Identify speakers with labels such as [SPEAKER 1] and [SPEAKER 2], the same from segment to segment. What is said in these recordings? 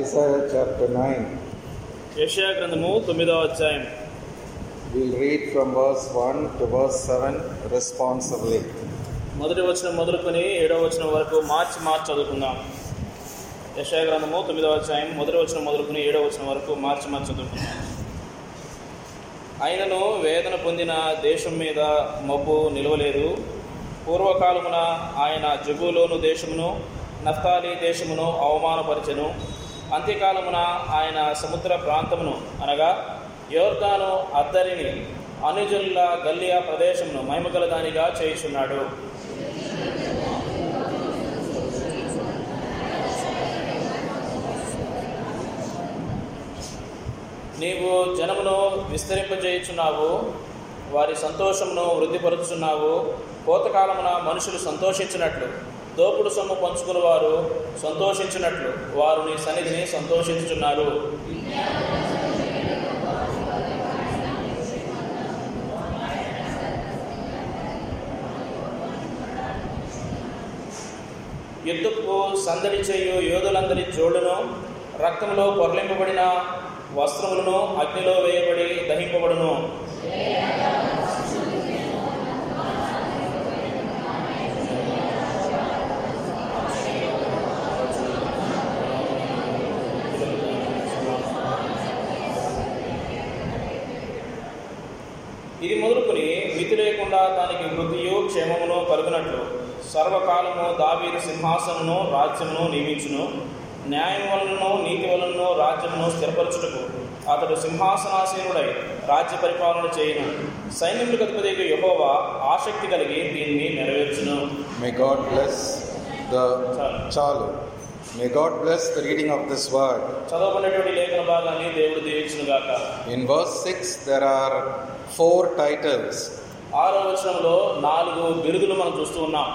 [SPEAKER 1] Isaiah chapter 9.
[SPEAKER 2] యెషయా గ్రంథము తొమ్మిదవ అధ్యాయం
[SPEAKER 1] We'll read from verse 1 to verse 7 responsively.
[SPEAKER 2] మొదటి వచనం మొదలుకొని ఏడవ వచనం వరకు మార్చి మార్చి చదువుకుందాం యెషయా గ్రంథము తొమ్మిదవ అధ్యాయం మొదటి వచనం మొదలుకొని ఏడవ వచనం వరకు మార్చి మార్చి చదువుకుందాం అయినను వేదన పొందిన దేశం మీద మబ్బు నిలవలేదు పూర్వకాలమున ఆయన జబూలోను దేశమును నఫ్తాలి దేశమును అవమానపరిచెను అంత్యకాలమున ఆయన సముద్ర ప్రాంతమును అనగా యోర్దాను అద్దరిని అనుజుల గల్లియా ప్రదేశమును మైమగల దానిగా చేయుచున్నాడు నీవు జనమును విస్తరింపజేయుచున్నావు వారి సంతోషమును వృద్ధిపరుచుచున్నావు కోతకాలమున మనుషులు సంతోషించినట్లు దోపుడు సొమ్ము పంచుకుని వారు సంతోషించినట్లు వారు నీ సన్నిధిని సంతోషించుచున్నారు యుద్ధపు సందడి చేయు యోధులందరి జోళ్ళును రక్తంలో పొరలింపబడిన వస్త్రములను అగ్నిలో వేయబడి దహింపబడును ఇది మొదలుకొని మితి లేకుండా దానికి వృద్ధియు క్షేమమును కలుగునట్లు సర్వకాలము దావీదు సింహాసనమును రాజ్యమును నియమించును న్యాయం వలనను నీతి వలనను రాజ్యమును స్థిరపరచుటకు అతడు సింహాసనాసీనుడై రాజ్య పరిపాలన చేయును సైన్యములకు అధిపతికి యెహోవా ఆసక్తి కలిగి దీన్ని నెరవేర్చును
[SPEAKER 1] May God bless the Chalu. May God bless the reading of this word.
[SPEAKER 2] చదవబడినటువంటి లేఖన భాగాన్ని దేవుడు దీవించునుగాక
[SPEAKER 1] In verse 6, there are four titles.
[SPEAKER 2] ఆరో వచనంలో నాలుగు బిరుదులు మనం చూస్తూ ఉన్నాం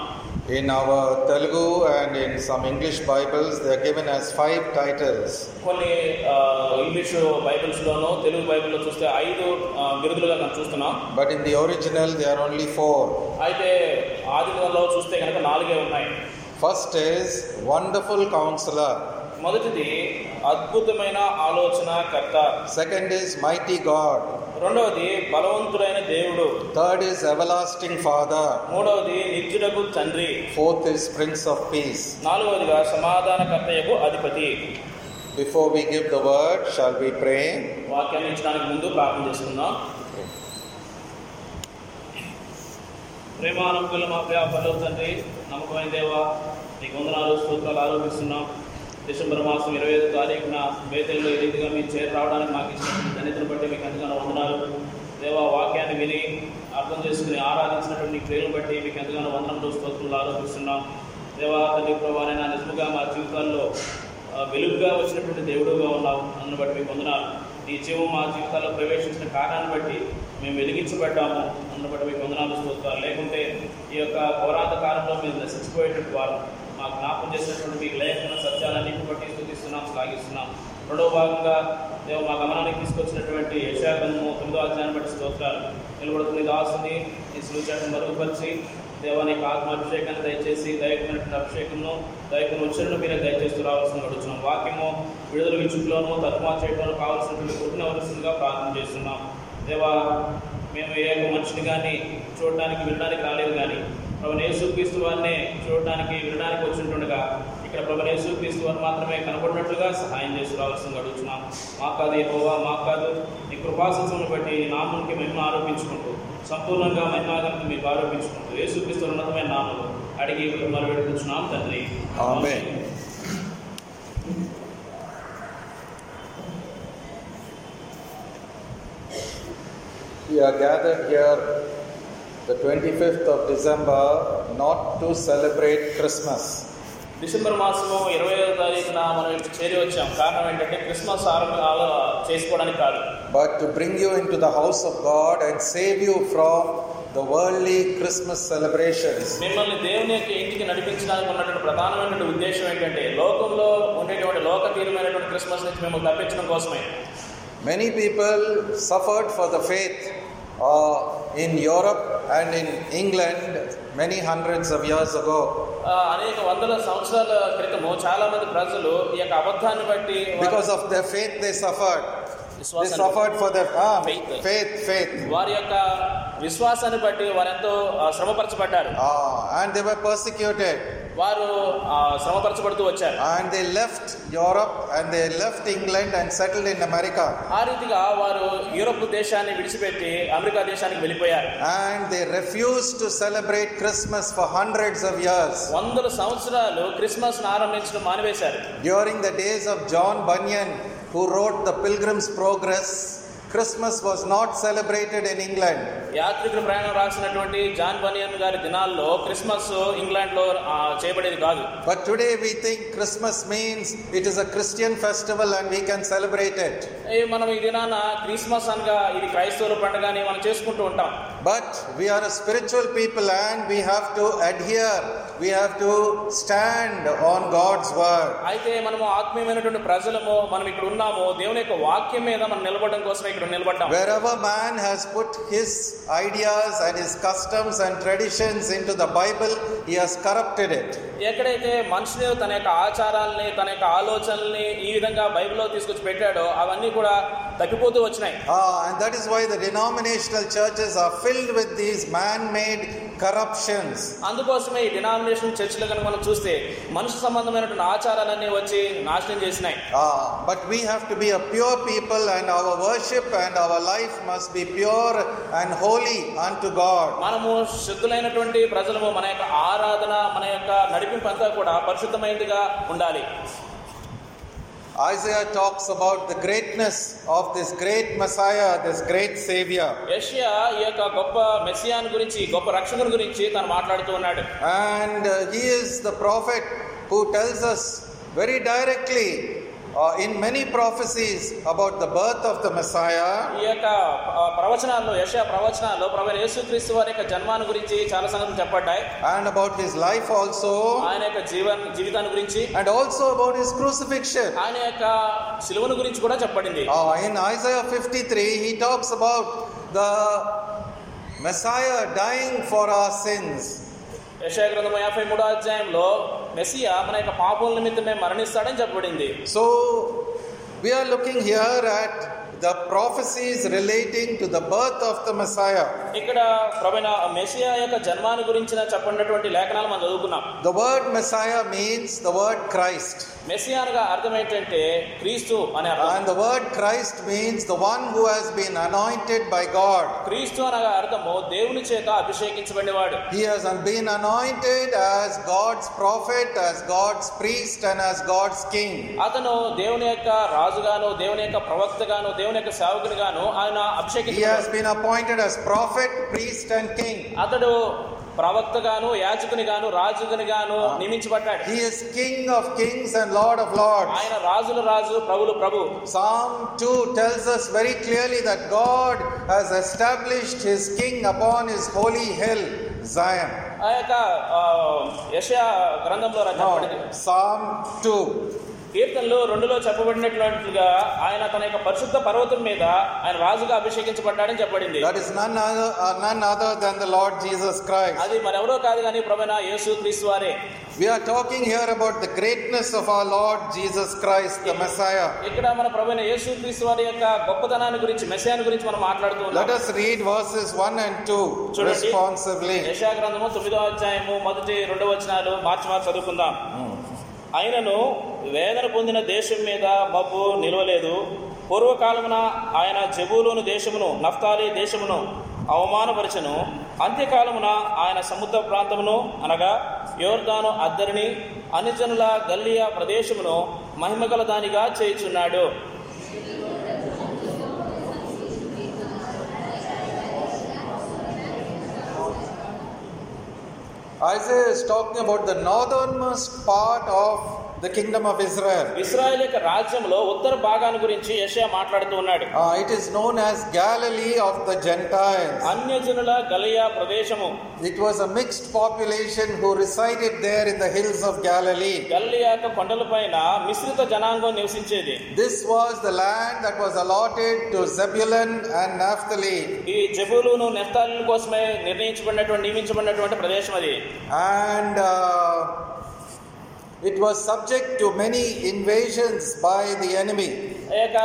[SPEAKER 1] In our Telugu and in some English Bibles, they are given as five titles.
[SPEAKER 2] కొన్ని ఆ, ఇంగ్లీషు బైబిల్స్లోనూ తెలుగు బైబిల్లో చూస్తే ఐదు ఆ, బిరుదులుగా మనం చూస్తున్నాం
[SPEAKER 1] But in the original, they are only four.
[SPEAKER 2] అయితే ఆది గ్రంథంలో చూస్తే కనుక నాలుగే ఉన్నాయి
[SPEAKER 1] First is Wonderful Counselor.
[SPEAKER 2] మొదటిది అద్భుతమైన ఆలోచనకర్త
[SPEAKER 1] Second is Mighty God.
[SPEAKER 2] రెండవది బలవంతుడైన దేవుడు
[SPEAKER 1] Third is Everlasting Father.
[SPEAKER 2] మూడవది నిత్యుడకు తండ్రి
[SPEAKER 1] Fourth is Prince of Peace.
[SPEAKER 2] నాలుగవదిగా సమాధానకర్తయ్యకు అధిపతి
[SPEAKER 1] Before we give the word, shall we pray?
[SPEAKER 2] వాక్యాన్ని ఇచ్చడానికి ముందు ప్రార్థన చేసుకుందాం ప్రేమానుకుల మా ప్రియ పనులు తండ్రి నమ్మకమైన దేవా నీకు వందనాలు స్తోత్రాలు ఆరోపిస్తున్నాం డిసెంబర్ మాసం ఇరవై ఐదు తారీఖున బేతల్లో ఈ రీతిగా మీరు చేరి రావడానికి మాకు ఇచ్చిన ధన్యతను బట్టి మీకు ఎంతగానో వందనాలు దేవా వాక్యాన్ని విని అర్థం చేసుకుని ఆరాధించినటువంటి నీ క్రియలు బట్టి మీకు ఎంతగానో వందనములు స్తోత్రాలు ఆరోపిస్తున్నాం దేవా తండ్రి ప్రభావైనా నిజముగా మా జీవితాల్లో ఆ, వెలుగుగా వచ్చినటువంటి దేవుడుగా ఉన్నావు అందును బట్టి మీకు వందనాలు నీ జీవం మా జీవితాల్లో ప్రవేశించిన కారణాన్ని బట్టి మేము వెలిగించబడ్డాము అందును బట్టి మీకు వందనాలు స్తోత్రాలు లేకుంటే ఈ యొక్క ఘోరాంధకారంలో మేము నశించిపోయేటువంటి వారు మా జ్ఞాపకం చేసినటువంటి మీకు లేఖన సత్యాలన్నీ బట్టి స్థుతిస్తున్నాం శ్లాఘిస్తున్నాం రెండవ భాగంగా దేవ మా గమనానికి తీసుకొచ్చినటువంటి యశాగము తొమ్మిదో అధ్యాయాన్ని బట్టి స్తోత్రాలు నిలబడుకునే దాసుని ఈ సులుచాటం మరుగుపరిచి దేవానికి ఆత్మ అభిషేకాన్ని దయచేసి దైవమైనటువంటి అభిషేకంను దైవకుని ఉచ్చరణ మీద దయచేస్తూ రావాల్సిన అడుగుతున్నాం వాక్యము విడుదల విచ్చుకులోనూ తర్మా చేయడంలో కావాల్సినటువంటి కుటుంబ వరుసగా ప్రార్థన చేస్తున్నాం దేవా మేము ఏ యొక్క మనిషిని కానీ చూడడానికి వినడానికి రాలేదు కానీ ప్రభుని యేసుక్రీస్తు వారినే చూడడానికి వినడానికి వచ్చింటుండగా ఇక్కడ ప్రభుని యేసుక్రీస్తు వారు మాత్రమే కనబడినట్లుగా సహాయం చేసి రావాల్సింది అడుగుతున్నాం మా కాదు యెహోవా మా కాదు నీ కృపాశంసమును బట్టి నీ నామంకి మహిమ ఆరోపించుకుంటూ సంపూర్ణంగా మహిమాగంతో మీకు ఆరోపించుకుంటూ యేసుక్రీస్తు ఉన్నతమైన నామలు అడిగి మరవెడుతున్నాం తండ్రి
[SPEAKER 1] Amen. We are gathered here the 25th of December not to celebrate Christmas.
[SPEAKER 2] December మాసము ఇరవై తారీఖున మనం ఇక్కడ చేరి వచ్చాం కారణం ఏంటంటే క్రిస్మస్ ఆరంభాలు చేసుకోవడానికి కాదు
[SPEAKER 1] but to bring you into the house of God and save you from the worldly Christmas celebrations.
[SPEAKER 2] మిమ్మల్ని దేవుని యొక్క ఇంటికి నడిపించడానికి ఉన్నటువంటి ప్రధానమైనటువంటి ఉద్దేశం ఏంటంటే లోకంలో ఉండేటువంటి లోకతీయమైనటువంటి క్రిస్మస్ నుంచి మిమ్మల్ని తప్పించడం కోసమే
[SPEAKER 1] Many people suffered for the faith or uh, in Europe and in England many hundreds of years ago
[SPEAKER 2] ఆ, అనేక వందల సంవత్సరాల క్రితము చాలా మంది ప్రజలు ఈ యొక్క అబద్ధాన్ని బట్టి వారి
[SPEAKER 1] because of their faith they suffered. They
[SPEAKER 2] విశ్వాసాన్ని
[SPEAKER 1] suffered for their ah,
[SPEAKER 2] Faith.
[SPEAKER 1] faith, faith.
[SPEAKER 2] వారి యొక్క విశ్వాసాన్ని బట్టి వారు ఎంతో ఆ, శ్రమపరచబడ్డారు
[SPEAKER 1] Ah, and they were persecuted
[SPEAKER 2] వారు ఆ, శ్రమపరచబడుతూ వచ్చారు
[SPEAKER 1] and they left Europe and they left England and settled in America
[SPEAKER 2] ఆ రీతిగా వారు యూరప్ దేశాన్ని విడిచిపెట్టి అమెరికా దేశానికి వెళ్ళిపోయారు
[SPEAKER 1] and they refused to celebrate Christmas for hundreds of years.
[SPEAKER 2] వందల సంవత్సరాలు క్రిస్మస్ ఆరంభించడం మానివేశారు
[SPEAKER 1] During the days of John Bunyan, who wrote The Pilgrim's Progress, Christmas was not celebrated in England.
[SPEAKER 2] యాత్రికుల ప్రయాణం రాసినటువంటి జాన్ బనియన్ గారి దినాల్లో క్రిస్మస్ ఇంగ్లాండ్ లో చేయబడేది కాదు
[SPEAKER 1] But today we think Christmas means it is a Christian festival and we can celebrate it.
[SPEAKER 2] ఏ, మనం ఈ దినాన క్రిస్మస్ అనగా ఇది క్రైస్తవుల పండుగ అని మనం చేసుకుంటూ ఉంటాం
[SPEAKER 1] But we are a spiritual people and we have to adhere, we have to stand on God's word.
[SPEAKER 2] అయితే మనము ఆత్మీయమైనటువంటి ప్రజలము మనం ఇక్కడ ఉన్నాము దేవుని యొక్క వాక్యం మీద మనం నిలబడడం కోసం ఇక్కడ నిలబడ్డాం
[SPEAKER 1] Wherever man has put his ideas and his customs and traditions into the Bible, he has corrupted it.
[SPEAKER 2] ఎక్కడైతే మనుషులు తన యొక్క ఆచారాలని తన యొక్క ఆలోచనల్ని ఈ విధంగా బైబిల్లో తీసుకొచ్చి పెట్టాడో అవన్నీ కూడా తప్పిపోతూ వచ్చినాయి
[SPEAKER 1] Ah, and that is why the denominational churches are filled with these man made corruptions.
[SPEAKER 2] అందుకోసమే ఈ డినామినేషన్ చర్చిలు కనుక మనం చూస్తే మనుషు సంబంధమైనటువంటి ఆచారాలన్నీ వచ్చి నాశనం చేసినాయి
[SPEAKER 1] Ah, but we have to be a pure people, and our worship and our life must be pure and holy unto God.
[SPEAKER 2] మనము శుద్ధులైనటువంటి ప్రజలము మన యొక్క ఆరాధన మన యొక్క నడిపింపు అంతా కూడా పరిశుద్ధమైనదిగా ఉండాలి
[SPEAKER 1] Isaiah talks about the greatness of this great Messiah, this great Savior.
[SPEAKER 2] యెషయా ఈ యొక్క గొప్ప మెస్సియాన్ గురించి గొప్ప రక్షకుని గురించి తను మాట్లాడుతూ ఉన్నాడు
[SPEAKER 1] And uh, he is the prophet who tells us very directly uh, in many prophecies about the birth of the Messiah.
[SPEAKER 2] ఈ యొక్క ఆ, ప్రవచనాల్లో యెషయా ప్రవచనాల్లో ప్రభు యేసుక్రీస్తు వారి యొక్క జన్మాన్ని గురించి చాలా సంగతులు చెప్పబడ్డాయి
[SPEAKER 1] And about his life also,
[SPEAKER 2] ఆయన యొక్క జీవన్ జీవితాన్ని గురించి
[SPEAKER 1] and also about his crucifixion.
[SPEAKER 2] ఆయన యొక్క సిలువను గురించి కూడా చెప్పబడింది
[SPEAKER 1] Uh, in Isaiah 53, he talks about the Messiah dying for our sins.
[SPEAKER 2] యెషయా గ్రంథం యాభై మూడో అధ్యాయంలో మెస్సియా మన యొక్క పాపం నిమిత్తమే మరణిస్తాడని చెప్పబడింది
[SPEAKER 1] So, we are looking here at the prophecies relating to the birth of the Messiah.
[SPEAKER 2] ఇక్కడ ప్రవీణ మెస్సియా యొక్క జన్మాన్ని గురించిన చెప్పినటువంటి లేఖనాలు మనం చదువుకున్నాం
[SPEAKER 1] The word Messiah means the word Christ,
[SPEAKER 2] Messiah అనగా అర్థం ఏంటంటే క్రీస్తు అనే అర్థం
[SPEAKER 1] and the word Christ means the one who has been anointed by God.
[SPEAKER 2] క్రీస్తు అనగా అర్థము దేవుని చేత అభిషేకించబడినవాడు
[SPEAKER 1] He has been anointed as God's prophet, as God's priest, and as God's king.
[SPEAKER 2] అతను దేవుని యొక్క రాజుగాను దేవుని యొక్క ప్రవక్తగాను దేవుని యొక్క సేవకునిగాను ఆయన
[SPEAKER 1] He has
[SPEAKER 2] అభిషేకించబడ్డాడు
[SPEAKER 1] been appointed as prophet, priest, and king.
[SPEAKER 2] అతడు ప్రవక్తగాను యాజకునిగాను రాజుగాను నియమించబడ్డాడు
[SPEAKER 1] He is King of kings and Lord of lords.
[SPEAKER 2] ఆయన రాజుల రాజు ప్రభులు ప్రభు
[SPEAKER 1] Psalm 2 tells us very clearly that God has established his king upon his holy hill, Zion.
[SPEAKER 2] ఆ యొక్క ఆ, యెషయా గ్రంథంలో చెప్పబడింది
[SPEAKER 1] Now, Psalm 2.
[SPEAKER 2] కీర్తనలు రెండులో చెప్పబడినట్లుగా ఆయన తన యొక్క పరిశుద్ధ పర్వతం మీద ఆయన రాజుగా అభిషేకించబడ్డాడని చెప్పబడింది
[SPEAKER 1] That is none other, uh, none other than the Lord Jesus Christ.
[SPEAKER 2] అది మరెవరో కాదు కానీ ప్రభైన యేసు క్రీస్తు వారే
[SPEAKER 1] We are talking here about the greatness of our Lord Jesus Christ, the Messiah.
[SPEAKER 2] ఇక్కడ మన ప్రభైన యేసు క్రీస్తు వారి యొక్క గొప్పతనాన్ని గురించి మెస్యాన్ని గురించి మనం మాట్లాడుతూ
[SPEAKER 1] Let
[SPEAKER 2] ఉన్నాం
[SPEAKER 1] us read verses 1 and 2
[SPEAKER 2] చూడండి.
[SPEAKER 1] responsively.
[SPEAKER 2] యశా గ్రంథము తొమ్మిదో అధ్యాయము మొదటి రెండు వచనాలు మార్చి మార్చి చదువుకుందాం ఆయనను వేదన పొందిన దేశం మీద మబ్బు నిలవలేదు పూర్వకాలమున ఆయన జబూలోను దేశమును నఫ్తాలి దేశమును అవమానపరచను అంత్యకాలమున ఆయన సముద్ర ప్రాంతమును అనగా యోర్దాను అద్దరిని అన్యజనుల గల్లియా ప్రదేశమును మహిమగల దానిగా చేయుచున్నాడు ఆ,
[SPEAKER 1] Isaiah is talking about the northernmost part of the kingdom of Israel.
[SPEAKER 2] Israel యొక్క రాజ్యంలో ఉత్తర భాగాన్ని గురించి యెషయా మాట్లాడుతూ ఉన్నాడు
[SPEAKER 1] Uh, it is known as Galilee of the Gentiles.
[SPEAKER 2] అన్యజనుల గలయా ప్రదేశము
[SPEAKER 1] It was a mixed population who resided there in the hills of Galilee.
[SPEAKER 2] గలయా యొక్క కొండలపైన మిశ్రిత జనాంగం నివసించేది
[SPEAKER 1] This was the land that was allotted to Zebulun and Naphtali.
[SPEAKER 2] ఈ జబూలును నెఫ్తాలీల కోసమే నిర్ణయించబడినటువంటి నియమించబడినటువంటి ప్రదేశం అది
[SPEAKER 1] And uh, it was subject to many invasions by the enemy.
[SPEAKER 2] ఆ యొక్క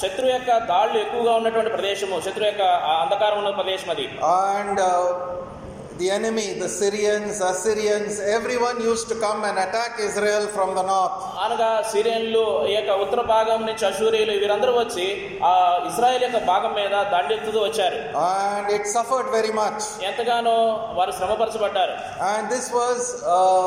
[SPEAKER 2] శత్రు యొక్క దాడులు ఎక్కువగా ఉన్నటువంటి ప్రదేశము శత్రు యొక్క ఆ అంధకారం ఉన్న ప్రదేశం అది
[SPEAKER 1] And uh, the enemy, the Syrians, Assyrians, everyone used to come and attack Israel from the north.
[SPEAKER 2] అనగా సిరియన్లు ఈ యొక్క ఉత్తర భాగం నుంచి అశూరియులు వీరందరూ వచ్చి ఆ ఇస్రాయేల్ యొక్క భాగం మీద దండెత్తుతూ వచ్చారు
[SPEAKER 1] And it suffered very much.
[SPEAKER 2] ఎంతగానో వారు శ్రమపరచబడ్డారు
[SPEAKER 1] And this was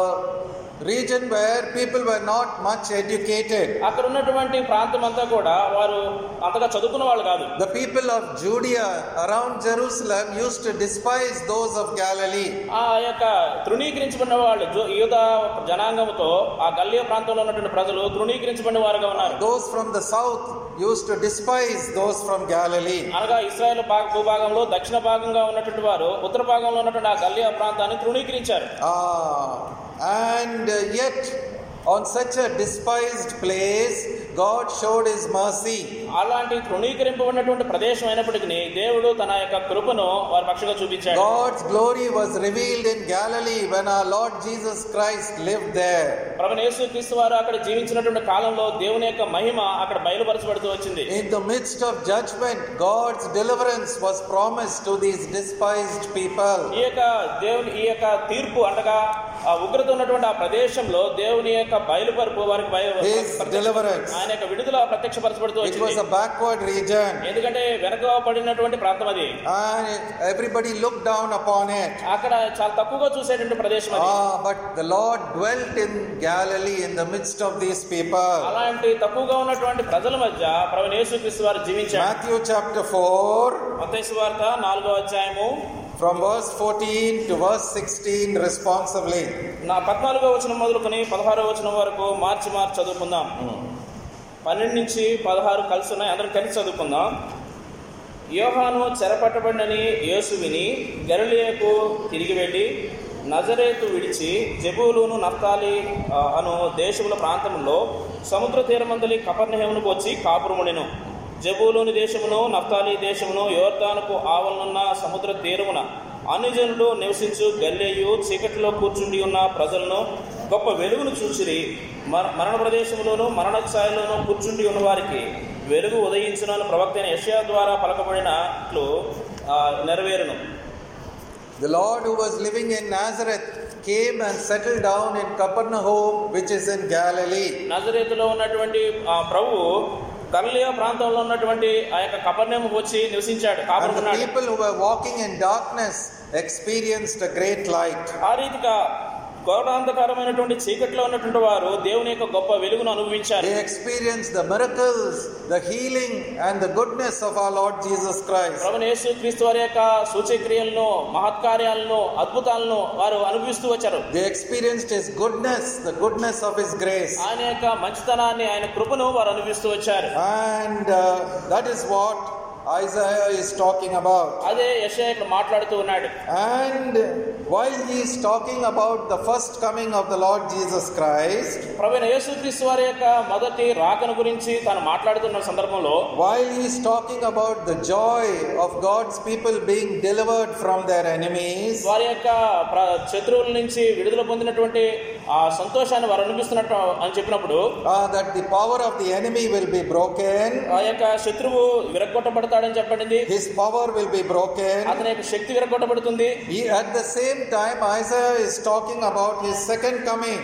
[SPEAKER 1] a region where people were not much educated.
[SPEAKER 2] అక్కడ ఉన్నటువంటి ప్రాంతం అంతా కూడా వారు అంతగా చదువుకున్న వాళ్ళు కాదు
[SPEAKER 1] The people of Judea around Jerusalem used to despise those of Galilee.
[SPEAKER 2] ఆ యొక్క తృణీకరించబడిన వాళ్ళు జు- యూదా జనాంగంతో ఆ గల్లియ ప్రాంతంలో ఉన్నటువంటి ప్రజలు తృణీకరించబడిన వారుగా ఉన్నారు
[SPEAKER 1] Those from the south used to despise those from Galilee.
[SPEAKER 2] అనగా ఇస్రాయేల్ భాగ భూభాగంలో దక్షిణ భాగంగా ఉన్నటువంటి వారు ఉత్తర భాగంలో ఉన్నటువంటి ఆ గల్లియ ప్రాంతాన్ని తృణీకరించారు
[SPEAKER 1] Ah, and uh, yet, on such a despised place, God showed His mercy.
[SPEAKER 2] అలాంటి తృణీకరింపబడినటువంటి ప్రదేశం అయినప్పటికీ దేవుడు తన యొక్క కృపను వారి పక్షంగా చూపించాడు
[SPEAKER 1] God's glory was revealed in Galilee when our Lord Jesus Christ lived there.
[SPEAKER 2] ప్రభు యేసు క్రీస్తు వారు అక్కడ జీవించినటువంటి కాలంలో దేవుని యొక్క మహిమ అక్కడ బయలుపరచబడుతూ వచ్చింది
[SPEAKER 1] In the midst of judgment, God's deliverance was promised to these despised people.
[SPEAKER 2] ఈ యొక్క దేవుని ఈ యొక్క తీర్పు అనగా ఆ ఉగ్రత ఉన్నటువంటి ఆ ప్రదేశంలో దేవుని యొక్క బయలుపరుపు వారికి బయ-
[SPEAKER 1] His deliverance.
[SPEAKER 2] ఆయన యొక్క విడుదల ప్రత్యక్షపరచబడుతూ
[SPEAKER 1] It was
[SPEAKER 2] వచ్చింది
[SPEAKER 1] a backward region,
[SPEAKER 2] ఎందుకంటే వెనక పడినటువంటి ప్రాంతం అది
[SPEAKER 1] and everybody looked down upon it.
[SPEAKER 2] అక్కడ చాలా తక్కువగా చూసేటువంటి ప్రదేశం అది
[SPEAKER 1] Ah, but the Lord dwelt in Galilee in the midst of these people.
[SPEAKER 2] అలాంటి తక్కువగా ఉన్నటువంటి ప్రజల మధ్య ప్రభు యేసుక్రీస్తు వారు జీవించారు
[SPEAKER 1] Matthew chapter 4,
[SPEAKER 2] మత్తయి వార్త నాలుగో అధ్యాయము
[SPEAKER 1] from verse 14 to verse 16, responsively.
[SPEAKER 2] నా పద్నాలుగో వచనం మొదలుకొని పదహారో వచనం వరకు మార్చి మార్చి చదువుకుందాం పన్నెండు నుంచి పదహారు కలిసి ఉన్నాయి అందరం కలిసి చదువుకుందాం యోహాను చెరపట్టబడినని యేసు విని గలిలియకు తిరిగి వెళ్ళి నజరేతు విడిచి జబూలును నఫ్తాలి ఆ, అను దేశముల ప్రాంతంలో సముద్ర తీరమందలి కపర్ణహేమునకు వచ్చి కాపురముడెను జబూలోని దేశమును నఫ్తాలి దేశమును యోర్దానుకు ఆవలనున్న సముద్ర తీరమున అనుజనుడు నివసించు గల్లేయు చీకటిలో కూర్చుండి ఉన్న ప్రజలను గొప్ప వెలుగును చూసిరి మర మరణ ప్రదేశంలోనూ మరణ ఛాయలోనూ కూర్చుండి ఉన్న వారికి వెలుగు ఉదయించునని ప్రవక్తైన యెషయా ద్వారా పలకబడినట్లు ఆ, నెరవేరును
[SPEAKER 1] The Lord who was living in Nazareth came and settled down in Capernaum, which is in Galilee.
[SPEAKER 2] నజరేతులో ఉన్నటువంటి ఆ, ప్రభువు గల్లియా ప్రాంతంలో ఉన్నటువంటి ఆ యొక్క కపర్ణేముకు వచ్చి నివసించాడు
[SPEAKER 1] And the
[SPEAKER 2] కాపాడుకున్నాడు
[SPEAKER 1] people who were walking in darkness experienced a great light.
[SPEAKER 2] ఆ రీతిగా గౌరవాంధకరమైనటువంటి చీకట్లో ఉన్నటువంటి వారు దేవుని యొక్క గొప్ప వెలుగును అనుభవించారు
[SPEAKER 1] They experienced the miracles, the healing, and the goodness of our Lord Jesus Christ.
[SPEAKER 2] ప్రభుని యేసు క్రీస్తు వారి యొక్క సూచక్రియలను మహత్కార్యాలను అద్భుతాలను వారు అనుభవిస్తూ వచ్చారు
[SPEAKER 1] They experienced His goodness, the goodness of His grace.
[SPEAKER 2] ఆయన యొక్క మంచితనాన్ని ఆయన కృపను వారు అనుభవిస్తూ వచ్చారు
[SPEAKER 1] And uh, that is what Isaiah is talking about.
[SPEAKER 2] అదే యెషయా ఇక్కడ మాట్లాడుతూ ఉన్నాడు
[SPEAKER 1] And while he is talking about the first coming of the Lord Jesus Christ,
[SPEAKER 2] ప్రభుని యేసు క్రీస్తు వారి యొక్క మొదటి రాకను గురించి తాను మాట్లాడుతున్న సందర్భంలో
[SPEAKER 1] while he is talking about the joy of God's people being delivered from their enemies,
[SPEAKER 2] వారి యొక్క ప్ర- శత్రువుల నుంచి విడుదల పొందినటువంటి ఆ సంతోషాన్ని వారు అనుభవిస్తున్నట్టు అని చెప్పినప్పుడు
[SPEAKER 1] uh, that the power of the enemy will be broken,
[SPEAKER 2] ఆ యొక్క శత్రువు విరగొట్టబడతాడని చెప్పబడింది
[SPEAKER 1] his power will be broken.
[SPEAKER 2] అతని యొక్క శక్తి విరగొట్టబడుతుంది
[SPEAKER 1] He, at the same time, Isaiah is talking about his second coming.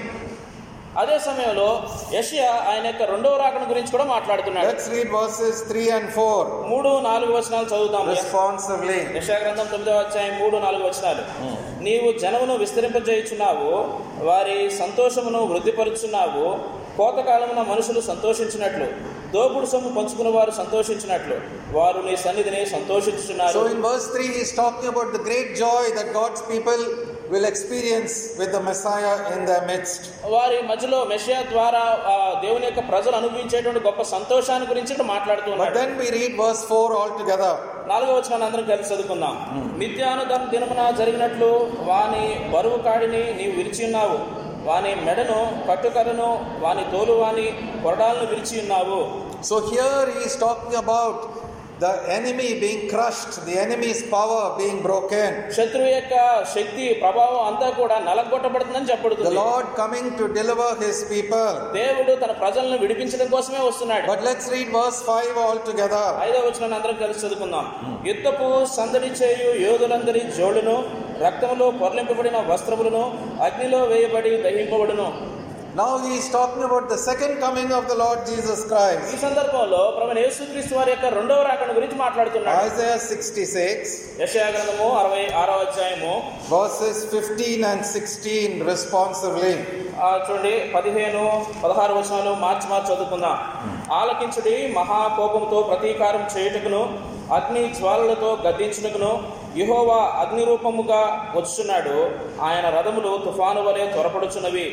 [SPEAKER 2] అదే సమయంలో యషియా ఆయన యొక్క రెండవ రాకడం గురించి కూడా మాట్లాడుతున్నాడు
[SPEAKER 1] Let's read verses 3 and 4
[SPEAKER 2] మూడు నాలుగు వచనాలు చదువుతాం
[SPEAKER 1] responsively.
[SPEAKER 2] యషయా గ్రంథం తొమ్మిదవ అధ్యాయం మూడు నాలుగు వచనాలు
[SPEAKER 1] Hmm.
[SPEAKER 2] నీవు జనమును విస్తరింపజేయుచున్నావు వారి సంతోషమును వృద్ధిపరుచున్నావు కోతకాలమున మనుషులు సంతోషించినట్లు దోపుడు సొమ్ము పంచుకున్న వారు సంతోషించినట్లు వారు నీ సన్నిధిని సంతోషించుచున్నారు
[SPEAKER 1] So in verse 3, he's talking about the great joy that God's people will experience with the Messiah in their midst.
[SPEAKER 2] వారి మధ్యలో మెషియా ద్వారా ఆ, దేవుని యొక్క ప్రజలు అనుభవించేటువంటి గొప్ప సంతోషాన్ని గురించి ఇక్కడ మాట్లాడుతూ
[SPEAKER 1] But
[SPEAKER 2] ఉన్నాడు
[SPEAKER 1] then we read verse 4 altogether.
[SPEAKER 2] నాలుగో వచనాన్ని అందరం కలిసి చదువుకుందాం నిత్యానుదం దినమున జరిగినట్లు వాని బరువు కాడిని నీవు విరిచి ఉన్నావు వాని మెడను కట్టుకరను వాని తోలు వాని కొరడాలను విరిచి ఉన్నావు
[SPEAKER 1] So here he is talking about the enemy being crushed, the enemy's power being broken,
[SPEAKER 2] శత్రువు యొక్క శక్తి ప్రభావం అంతా కూడా నలగొట్టబడుతుందని
[SPEAKER 1] the
[SPEAKER 2] చెప్పబడుతుంది
[SPEAKER 1] Lord coming to deliver his people.
[SPEAKER 2] దేవుడు తన ప్రజలను విడిపించడం కోసమే వస్తున్నాడు
[SPEAKER 1] But let's read verse 5 altogether.
[SPEAKER 2] ఐదవ వచనాన్ని అందరం కలిసి చదువుకుందాం యుద్ధపు సందడి చేయు యోధులందరి జోడును రక్తములో పొరలింపబడిన వస్త్రములను అగ్నిలో వేయబడి దహింపబడును
[SPEAKER 1] Now he is talking about the second coming of the Lord Jesus
[SPEAKER 2] ఈ
[SPEAKER 1] Christ.
[SPEAKER 2] సందర్భంలో ప్రభు యేసుక్రీస్తు వారి యొక్క రెండవ రాకడ గురించి మాట్లాడుతున్నాడు
[SPEAKER 1] Isaiah 66,
[SPEAKER 2] యెషయా గ్రంథము అరవై ఆరో అధ్యాయము
[SPEAKER 1] verses 15 and 16 responsively.
[SPEAKER 2] ఆ, చూడండి పదిహేను పదహారు వచనాలు మార్చి మార్చి చదువుకుందాం ఆలకించుడి మహాకోపంతో ప్రతీకారం చేయుటకును అగ్ని జ్వాలలతో గద్దించుటకును యెహోవా అగ్ని రూపముగా వచ్చుచున్నాడు ఆయన రథములు తుఫాను వలె త్వరపడుచున్నవి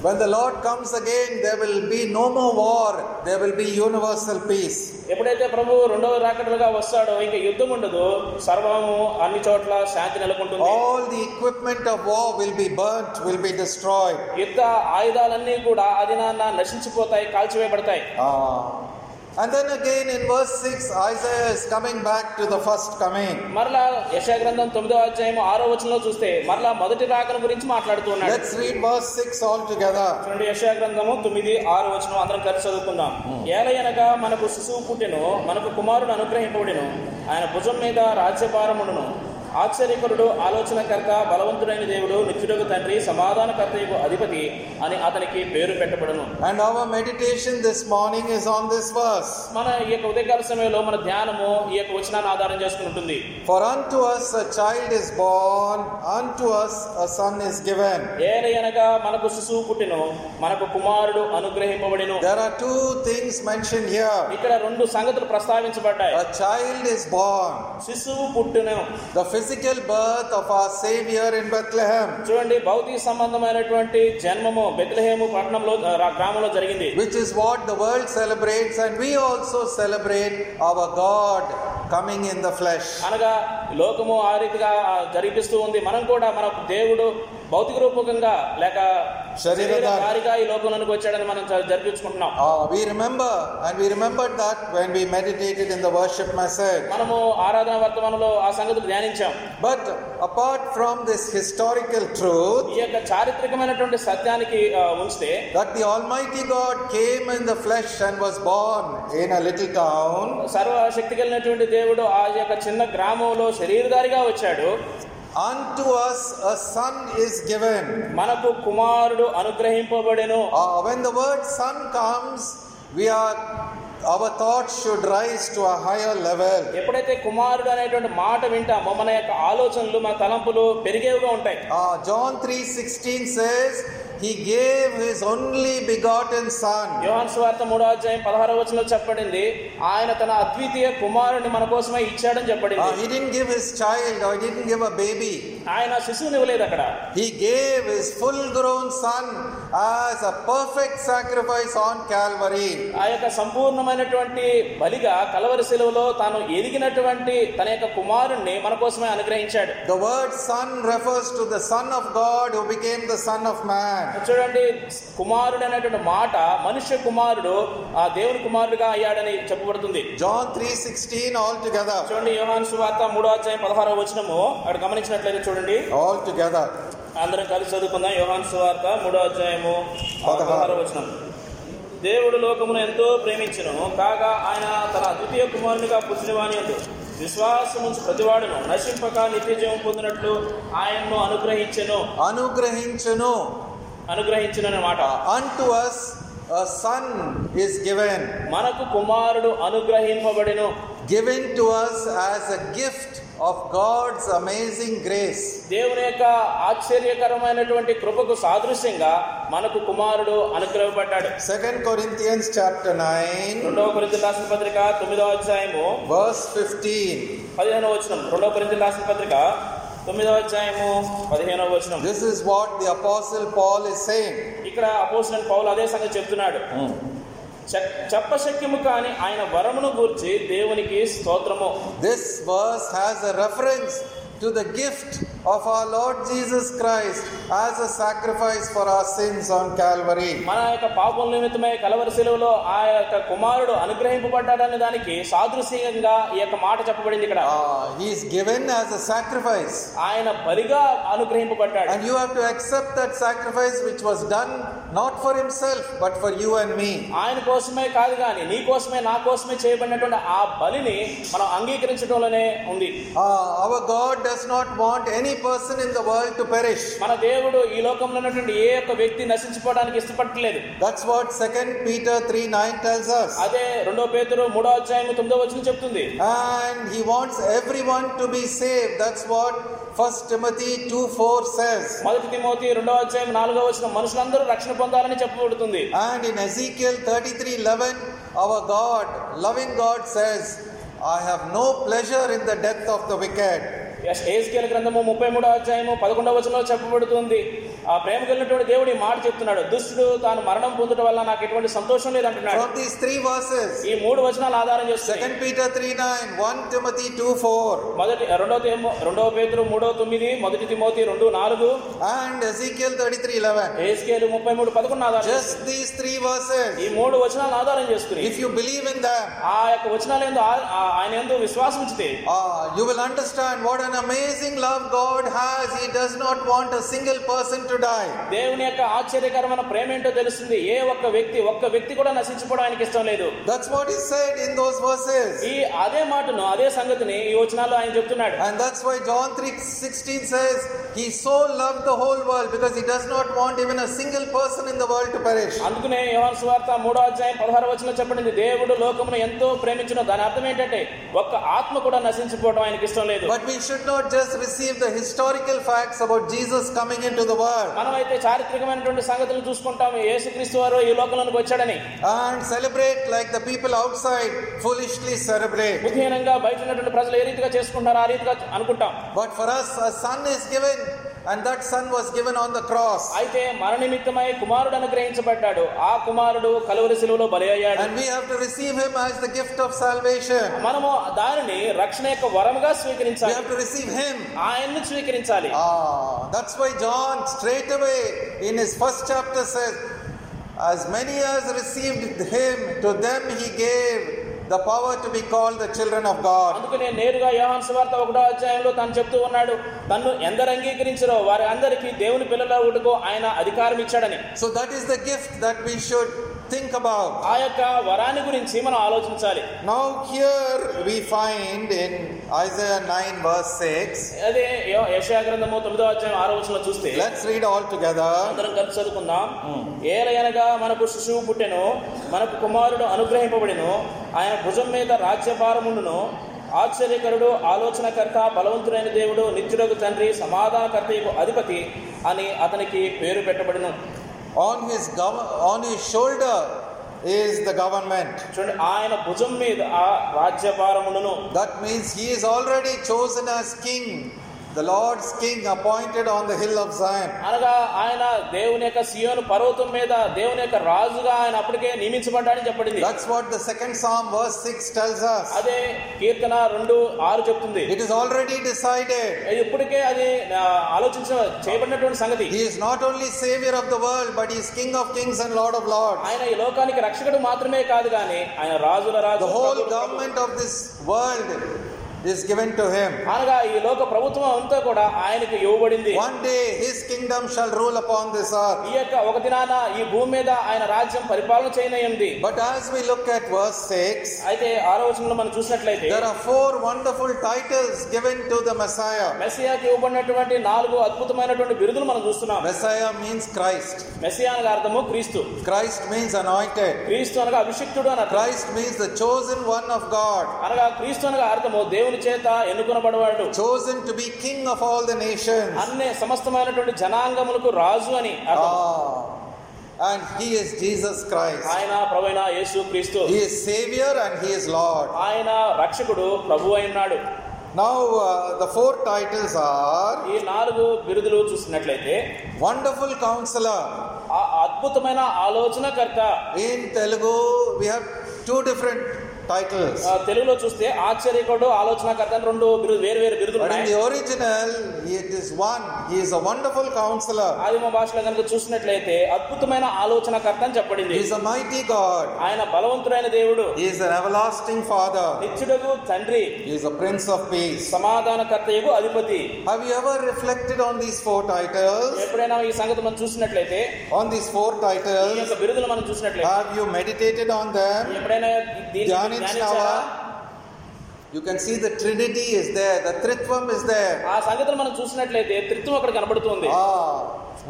[SPEAKER 1] When the Lord comes again, there will be no more war, there will be universal peace.
[SPEAKER 2] ఎప్పుడైతే ప్రభు రెండవ రాకడలుగా వస్తాడో ఇంకా యుద్ధం ఉండదు సర్వము అన్ని చోట్ల శాంతి నెలకొంటుంది
[SPEAKER 1] All the equipment of war will be burnt, will be destroyed.
[SPEAKER 2] యుద్ధ ఆయుధాలన్నీ కూడా అదినాన్న నశించిపోతాయి కాల్చివేయబడతాయి
[SPEAKER 1] Ah. And then again in verse 6, Isaiah is coming back to the first coming.
[SPEAKER 2] మరలా యశా గ్రంథం తొమ్మిదవ అధ్యాయం ఆరో వచనంలో చూస్తే మరలా మొదటి రాకను గురించి మాట్లాడుతూ ఉన్నాడు
[SPEAKER 1] Let's read verse 6 altogether.
[SPEAKER 2] చూడండి యశా గ్రంథము తొమ్మిది ఆరు వచనం అందరం కలిసి చదువుకుందాం
[SPEAKER 1] Hmm.
[SPEAKER 2] ఏలయనగా మనకు శిశువు పుట్టెను మనకు కుమారుడు అనుగ్రహింపబడిను ఆయన భుజం మీద రాజ్యభారముడును ఆశ్చర్యకరుడు ఆలోచనకర్త బలవంతుడైన దేవుడు నిత్యుడకు తండ్రి సమాధానకర్తయకు అధిపతి అని అతనికి పేరు పెట్టబడును
[SPEAKER 1] And our meditation this morning is on this verse.
[SPEAKER 2] మన ఈ యొక్క ఉదయకాల సమయంలో మన ధ్యానము ఈ యొక్క వచనాన్ని ఆధారం చేసుకుని ఉంటుంది
[SPEAKER 1] For unto us a child is born, unto us a son is given.
[SPEAKER 2] ఏలయనగా మనకు శిశువు పుట్టెను మనకు కుమారుడు అనుగ్రహింపబడిను
[SPEAKER 1] There are two things mentioned here.
[SPEAKER 2] ఇక్కడ రెండు సంగతులు ప్రస్తావించబడ్డాయి
[SPEAKER 1] A child is born.
[SPEAKER 2] శిశువు పుట్టును
[SPEAKER 1] The physical birth of our Savior in Bethlehem,
[SPEAKER 2] చూడండి భౌతిక సంబంధమైనటువంటి జన్మము బెత్లహేము పట్టణంలో ఆ, గ్రామంలో జరిగింది
[SPEAKER 1] which is what the world celebrates, and we also celebrate our God coming in the flesh.
[SPEAKER 2] అనగా లోకము ఆ రీతిగా ఆ, జరిపిస్తూ ఉంది మనం కూడా మన దేవుడు భౌతిక రూపకంగా లేక
[SPEAKER 1] శరీరధారి.
[SPEAKER 2] శరీరధారిగా ఈ లోకంలోనికి వచ్చాడని మనం జ- జరిపించుకుంటున్నాం
[SPEAKER 1] Ah, we remember, and we remembered that when we meditated in the worship message.
[SPEAKER 2] మనము ఆరాధన వర్తమానంలో ఆ సంగతి ధ్యానించాం
[SPEAKER 1] But apart from this historical truth,
[SPEAKER 2] ఈ యొక్క చారిత్రకమైనటువంటి సత్యానికి ఆ, ఉంచితే
[SPEAKER 1] that the Almighty God came in the flesh and was born in a little town,
[SPEAKER 2] సర్వశక్తి కలిగినటువంటి దేవుడు ఆ యొక్క చిన్న గ్రామంలో శరీరధారిగా వచ్చాడు
[SPEAKER 1] unto us a son is given.
[SPEAKER 2] మనకు కుమారుడు అనుగ్రహింపబడెను
[SPEAKER 1] Uh, when the word sun comes, we are our thoughts should rise to a higher level.
[SPEAKER 2] ఎప్పుడైతే కుమారుడు అనేటువంటి మాట వింటామో మన యొక్క ఆలోచనలు మన తలంపులు పెరిగేవిగా ఉంటాయి
[SPEAKER 1] Uh, John 3:16 says, "He gave His only begotten Son."
[SPEAKER 2] యోహాన్ స్వార్థ మూడో అధ్యాయం పదహారో వచనంలో చెప్పబడింది ఆయన తన అద్వితీయ కుమారుడిని మన కోసమే ఇచ్చాడని
[SPEAKER 1] Uh,
[SPEAKER 2] చెప్పబడింది
[SPEAKER 1] he didn't give his child, or he didn't give a baby.
[SPEAKER 2] ఆయన శిశువుని ఇవ్వలేదు అక్కడ
[SPEAKER 1] He gave his full-grown son as a perfect sacrifice on Calvary.
[SPEAKER 2] ఆ యొక్క సంపూర్ణమైనటువంటి బలిగా కలవరి శిలువలో తాను ఎదిగినటువంటి తన యొక్క కుమారుణ్ణి మన కోసమే అనుగ్రహించాడు
[SPEAKER 1] The word "son" refers to the Son of God who became the Son of Man.
[SPEAKER 2] చూడండి కుమారుడు అనేటువంటి మాట మనుష్య కుమారుడు ఆ దేవుని కుమారుడుగా అయ్యాడని చెప్పబడుతుంది
[SPEAKER 1] John 3:16 altogether.
[SPEAKER 2] చూడండి యోహాన్ సువార్త మూడో అధ్యాయం పదహారో వచనము అక్కడ గమనించినట్లయితే చూడండి
[SPEAKER 1] Altogether.
[SPEAKER 2] అందరం కలిసి చదువుకుందాం యోహాన్ సువార్త మూడో అధ్యాయము
[SPEAKER 1] పదహారు.
[SPEAKER 2] పదహారు వచనం దేవుడు లోకమును ఎంతో ప్రేమించను కాగా ఆయన తన ద్వితీయ కుమారునిగా పుట్టినవాణి అందు విశ్వాసం ఉంచి ప్రతివాడును నశింపక నిత్య జీవం పొందినట్లు ఆయన్ను అనుగ్రహించెను
[SPEAKER 1] అనుగ్రహించును
[SPEAKER 2] అనుగ్రహించను అన్నమాట
[SPEAKER 1] uh, unto us a son is given
[SPEAKER 2] మనకు కుమారుడు అనుగ్రహింపబడెను
[SPEAKER 1] given to us as a gift of God's amazing grace.
[SPEAKER 2] దేవుని యొక్క ఆశ్చర్యకరమైనటువంటి కృపకు సాదృశ్యంగా మనకు కుమారుడు అనుగ్రహపడ్డాడు
[SPEAKER 1] 2 Corinthians chapter 9
[SPEAKER 2] రెండవ కొరింథీ రాసిన పత్రిక తొమ్మిదవ అధ్యాయము
[SPEAKER 1] verse 15.
[SPEAKER 2] పదిహేనవ వచనం రెండవ కొరింథీ రాసిన పత్రిక తొమ్మిదవ అధ్యాయము పదిహేనవ వచనం
[SPEAKER 1] This is what the apostle Paul is saying.
[SPEAKER 2] ఇక్కడ అపోసిన పౌలు అదే సంగతి చెప్తున్నాడు చె- చెప్పశక్యము కాని ఆయన వరమును గూర్చి దేవునికి స్తోత్రము
[SPEAKER 1] This verse has a reference to the gift of our Lord Jesus Christ as a sacrifice for our sins on Calvary.
[SPEAKER 2] మన యొక్క పాపం నిమిత్తమై కలవరి సెలవులో ఆ యొక్క కుమారుడు అనుగ్రహింపబడ్డాడనే దానికి సాదృశ్యంగా ఈ యొక్క మాట చెప్పబడింది ఇక్కడ
[SPEAKER 1] Ah, he is given as a sacrifice.
[SPEAKER 2] ఆయన బలిగా అనుగ్రహింపబడ్డాడు
[SPEAKER 1] And you have to accept that sacrifice which was done not for himself but for you and me.
[SPEAKER 2] ఆయన కోసమే కాదు కానీ నీ కోసమే నా కోసమే చేయబడినటువంటి ఆ బలిని మనం అంగీకరించడంలోనే ఉంది
[SPEAKER 1] Ah, our God does not want any person in the world to perish.
[SPEAKER 2] మన దేవుడు ఈ లోకంలో ఉన్నటువంటి ఏ ఒక్క వ్యక్తి నశించుకోవడానికి ఇష్టపడట్లేదు
[SPEAKER 1] That's what 2 Peter 3 9 tells us.
[SPEAKER 2] అదే రెండో పేతురు మూడో అధ్యాయం తొమ్మిదో వచ్చిన చెప్తుంది
[SPEAKER 1] And he wants everyone to be saved. That's what 1 Timothy 2 4 says.
[SPEAKER 2] మొదటి తిమోతి రెండో అధ్యాయం నాలుగో వచ్చిన మనుషులందరూ రక్షణ పొందాలని చెప్పబడుతుంది
[SPEAKER 1] And in Ezekiel 33 11, our God, loving God, says, I have no pleasure in the death of the wicked.
[SPEAKER 2] ఏస్కేల గ్రంథము ముప్పై మూడో అధ్యాయము పదకొండవ వచనంలో చెప్పబడుతుంది ఆ ప్రేమ కలిగినటువంటి దేవుడు ఈ మాట చెప్తున్నాడు దుష్టుడు తాను మరణం పొందడం వల్ల నాకు ఎటువంటి సంతోషం లేదంటున్నాడు
[SPEAKER 1] From these three verses,
[SPEAKER 2] ఈ మూడు వచనాలు ఆధారం చేస్తాయి
[SPEAKER 1] 2 Peter 3 9, 1 Timothy 2 4,
[SPEAKER 2] మొదటి రెండవ తిమో- రెండవ పేతురు మూడో తొమ్మిది మొదటి తిమోతి రెండు నాలుగు
[SPEAKER 1] and Ezekiel 33 11.
[SPEAKER 2] ఏస్కేలు ముప్పై మూడు పదకొండు ఆధారం
[SPEAKER 1] Just these three
[SPEAKER 2] చేస్తాయి.
[SPEAKER 1] verses,
[SPEAKER 2] ఈ మూడు వచనాలు ఆధారం చేసుకుని
[SPEAKER 1] if you believe in them,
[SPEAKER 2] ఆ యొక్క వచనాలు ఎందు ఆ- ఆ- ఆయన ఎందు విశ్వాసం ఉంచితే
[SPEAKER 1] Ah, you will understand what an amazing love God has. He does not want a single person to die.
[SPEAKER 2] దేవుని యొక్క ఆశ్చర్యకరమైన ప్రేమ ఏంటో తెలుస్తుంది ఏ ఒక్క వ్యక్తి ఒక్క వ్యక్తి కూడా నశించుకోవడం ఆయనకి ఇష్టం లేదు
[SPEAKER 1] That's what he said in those verses.
[SPEAKER 2] ఈ అదే మాటను అదే సంగతిని ఈ వచనాల్లో ఆయన చెప్తున్నాడు
[SPEAKER 1] And that's why John 3:16 says, He so loved the whole world because he does not want even a single person in the world to perish.
[SPEAKER 2] అందుకనే యోహాను సువార్త మూడో అధ్యాయం పదహారు వచనం చెప్పబడింది దేవుడు లోకమును ఎంతో ప్రేమించిన దాని అర్థం ఏంటంటే ఒక్క ఆత్మ కూడా నశించిపోవడం ఆయనకి ఇష్టం లేదు
[SPEAKER 1] But we should not just receive the historical facts about Jesus coming into the world
[SPEAKER 2] మనమైతే చారిత్రకమైనటువంటి సంగతులు చూసుకుంటాము యేసుక్రీస్తు వారు ఈ లోకంలోనికి వచ్చాడని
[SPEAKER 1] and celebrate like the people outside foolishly celebrate.
[SPEAKER 2] బుద్ధిహీనంగా బయట ఉన్నటువంటి ప్రజలు ఏ రీతిగా చేసుకుంటారో ఆ రీతిగా అనుకుంటాం
[SPEAKER 1] But for us, a son is given, and that son was given on the cross.
[SPEAKER 2] అయితే మన నిమిత్తమై కుమారుడు అనుగ్రహించబడ్డాడు ఆ కుమారుడు కలువరి శిలువలో బలి అయ్యాడు
[SPEAKER 1] And we have to receive him as the gift of salvation.
[SPEAKER 2] మనము దానిని రక్షణ యొక్క వరముగా
[SPEAKER 1] We
[SPEAKER 2] స్వీకరించాలి
[SPEAKER 1] have to receive him.
[SPEAKER 2] ఆయన్ను స్వీకరించాలి
[SPEAKER 1] Ah, that's why John straight away in his first chapter says, As many as received him, to them he gave the power to be called the children of God.
[SPEAKER 2] అందుకనే నేరుగా యోహాన్ సువార్త ఒకటో అధ్యాయంలో తాను చెప్తూ ఉన్నాడు తన్ను ఎందరు అంగీకరించరో వారి అందరికీ దేవుని పిల్లల ఉడుకో ఆయన అధికారం ఇచ్చాడని
[SPEAKER 1] So that is the gift that we should think about.
[SPEAKER 2] ఆ యొక్క వరాన్ని గురించి మనం ఆలోచించాలి
[SPEAKER 1] Now, here we find in Isaiah 9, verse 6,
[SPEAKER 2] అదే యో- యెషయా గ్రంథము తొమ్మిదో అధ్యాయం ఆరో వచనంలో చూస్తే
[SPEAKER 1] let's read all together.
[SPEAKER 2] అందరం కలిసి చదువుకుందాం ఏలయనగా మనకు శిశువు పుట్టెను మనకు కుమారుడు అనుగ్రహింపబడెను ఆయన భుజం మీద రాజ్యభారముండును ఆశ్చర్యకరుడు ఆలోచనకర్త బలవంతుడైన దేవుడు నిత్యుడకు తండ్రి సమాధానకర్తయకు అధిపతి అని అతనికి పేరు పెట్టబడిను
[SPEAKER 1] On his, gov- on his shoulder is the government.
[SPEAKER 2] చూడండి ఆయన భుజం మీద ఆ రాజ్యభారములను
[SPEAKER 1] That means he is already chosen as king, the Lord's king appointed on the hill of Zion.
[SPEAKER 2] అనగా ఆయన దేవుని యొక్క సియోను పర్వతం మీద దేవుని యొక్క రాజుగా ఆయన అప్పటికే నియమించబడ్డాడని చెప్పబడింది
[SPEAKER 1] That's what the second psalm, verse 6 tells us.
[SPEAKER 2] అదే కీర్తన రెండు ఆరు చెప్తుంది
[SPEAKER 1] It is already decided.
[SPEAKER 2] ఇది ఇప్పటికే అది ఆ, ఆలోచించ చేయబడినటువంటి సంగతి
[SPEAKER 1] He is not only savior of the world, but he is king of kings and lord of lords.
[SPEAKER 2] ఆయన ఈ లోకానికి రక్షకుడు మాత్రమే కాదు కానీ ఆయన రాజుల రాజు
[SPEAKER 1] The whole
[SPEAKER 2] ప్రభువుల ప్రభు.
[SPEAKER 1] government of this world is given to him.
[SPEAKER 2] అనగా ఈ లోక ప్రభుత్వం అంతా కూడా ఆయనకు ఇవ్వబడింది
[SPEAKER 1] One day his kingdom shall rule upon this earth.
[SPEAKER 2] ఈ యొక్క ఒక దినాన ఈ భూమి మీద ఆయన రాజ్యం పరిపాలన చేయనయ్యింది
[SPEAKER 1] But as we look at verse 6,
[SPEAKER 2] అయితే ఆరో వచనంలో మనం చూసినట్లయితే
[SPEAKER 1] there are four wonderful titles given to the Messiah.
[SPEAKER 2] మెస్సియాకి ఇవ్వబడినటువంటి నాలుగు అద్భుతమైనటువంటి బిరుదులు మనం చూస్తున్నాం
[SPEAKER 1] Messiah means Christ.
[SPEAKER 2] మెస్సియా అనగా అర్థము క్రీస్తు
[SPEAKER 1] Christ means anointed.
[SPEAKER 2] క్రీస్తు అనగా అభిషిక్తుడు అని అర్థం
[SPEAKER 1] Christ means the chosen one of God,
[SPEAKER 2] అనగా క్రీస్తు అనగా అర్థము దేవుని చేత ఎన్నుకొనబడవాడు
[SPEAKER 1] chosen to be king of all the nations.
[SPEAKER 2] అన్ని సమస్తమైనటువంటి జనాంగములకు రాజు అని అర్థం
[SPEAKER 1] Ah, and he is Jesus Christ.
[SPEAKER 2] ఆయన ప్రభువైన యేసు క్రీస్తు
[SPEAKER 1] He is Savior and he is Lord.
[SPEAKER 2] ఆయన రక్షకుడు ప్రభు అయి ఉన్నాడు
[SPEAKER 1] Now, uh, the four titles are
[SPEAKER 2] ఈ నాలుగు బిరుదులు చూసినట్లయితే
[SPEAKER 1] Wonderful Counselor.
[SPEAKER 2] ఆ అద్భుతమైన ఆలోచనకర్త
[SPEAKER 1] In Telugu, we have two different titles.
[SPEAKER 2] ఆ, తెలుగులో చూస్తే ఆశ్చర్యకుడు ఆలోచనకర్త అని రెండు బిరుదు వేరు వేరు బిరుదులు
[SPEAKER 1] But in
[SPEAKER 2] ఉన్నాయి
[SPEAKER 1] the original, it is one. He is a wonderful counselor.
[SPEAKER 2] ఆదిమ భాషలో కనుక చూసినట్లయితే అద్భుతమైన ఆలోచనకర్త అని
[SPEAKER 1] He
[SPEAKER 2] చెప్పబడింది
[SPEAKER 1] is a mighty God.
[SPEAKER 2] ఆయన బలవంతుడైన దేవుడు
[SPEAKER 1] He is an everlasting Father.
[SPEAKER 2] నిత్యుడకు తండ్రి
[SPEAKER 1] He is a Prince of Peace.
[SPEAKER 2] సమాధానకర్తయకు అధిపతి
[SPEAKER 1] Have you ever reflected on these four titles?
[SPEAKER 2] ఎప్పుడైనా ఈ సంగతి మనం చూసినట్లయితే
[SPEAKER 1] On these four
[SPEAKER 2] ఈ
[SPEAKER 1] titles,
[SPEAKER 2] యొక్క బిరుదులు మనం చూసినట్లయితే
[SPEAKER 1] have you meditated on them?
[SPEAKER 2] ఎప్పుడైనా దీన్ని ధ్యానించారా?
[SPEAKER 1] Dhyaninchava. You can see the Trinity is there, the Tritvam is there.
[SPEAKER 2] ఆ సంగతిని మనం చూసినట్లయితే త్రిత్వం అక్కడ కనబడుతుంది
[SPEAKER 1] Ah,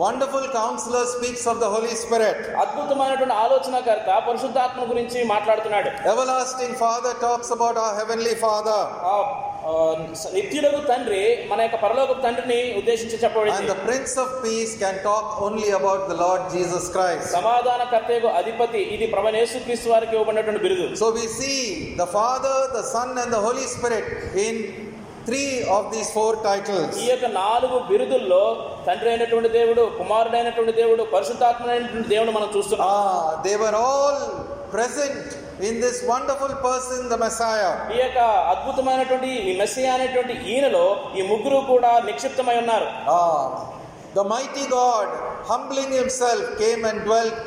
[SPEAKER 1] wonderful counselor speaks of the Holy Spirit.
[SPEAKER 2] అద్భుతమైనటువంటి ఆలోచనకర్త పరిశుద్ధాత్మ గురించి మాట్లాడుతున్నాడు
[SPEAKER 1] Everlasting Father talks about our Heavenly Father.
[SPEAKER 2] ఆ, ఆ, నిత్యుడకు తండ్రి మన యొక్క పరలోక తండ్రిని ఉద్దేశించి
[SPEAKER 1] And
[SPEAKER 2] చెప్పబడింది
[SPEAKER 1] the Prince of Peace can talk only about the Lord Jesus Christ.
[SPEAKER 2] సమాధానకర్తయకు అధిపతి ఇది ప్రభనేసు క్రీస్తు వారికి ఇవ్వబడినటువంటి బిరుదు
[SPEAKER 1] So we see the Father, the Son, and the Holy Spirit in three of these four
[SPEAKER 2] ఈ
[SPEAKER 1] titles.
[SPEAKER 2] యొక్క నాలుగు బిరుదుల్లో తండ్రి అయినటువంటి దేవుడు కుమారుడైనటువంటి దేవుడు పరిశుద్ధాత్మైనటువంటి దేవుడు మనం చూస్తున్నాం
[SPEAKER 1] Ah, they were all present in this wonderful person, the Messiah.
[SPEAKER 2] ఈ యొక్క అద్భుతమైనటువంటి ఈ మెస్సియా అనేటువంటి ఈయనలో ఈ ముగ్గురు కూడా నిక్షిప్తమై ఉన్నారు
[SPEAKER 1] Ah, the mighty God, humbling himself, came and dwelt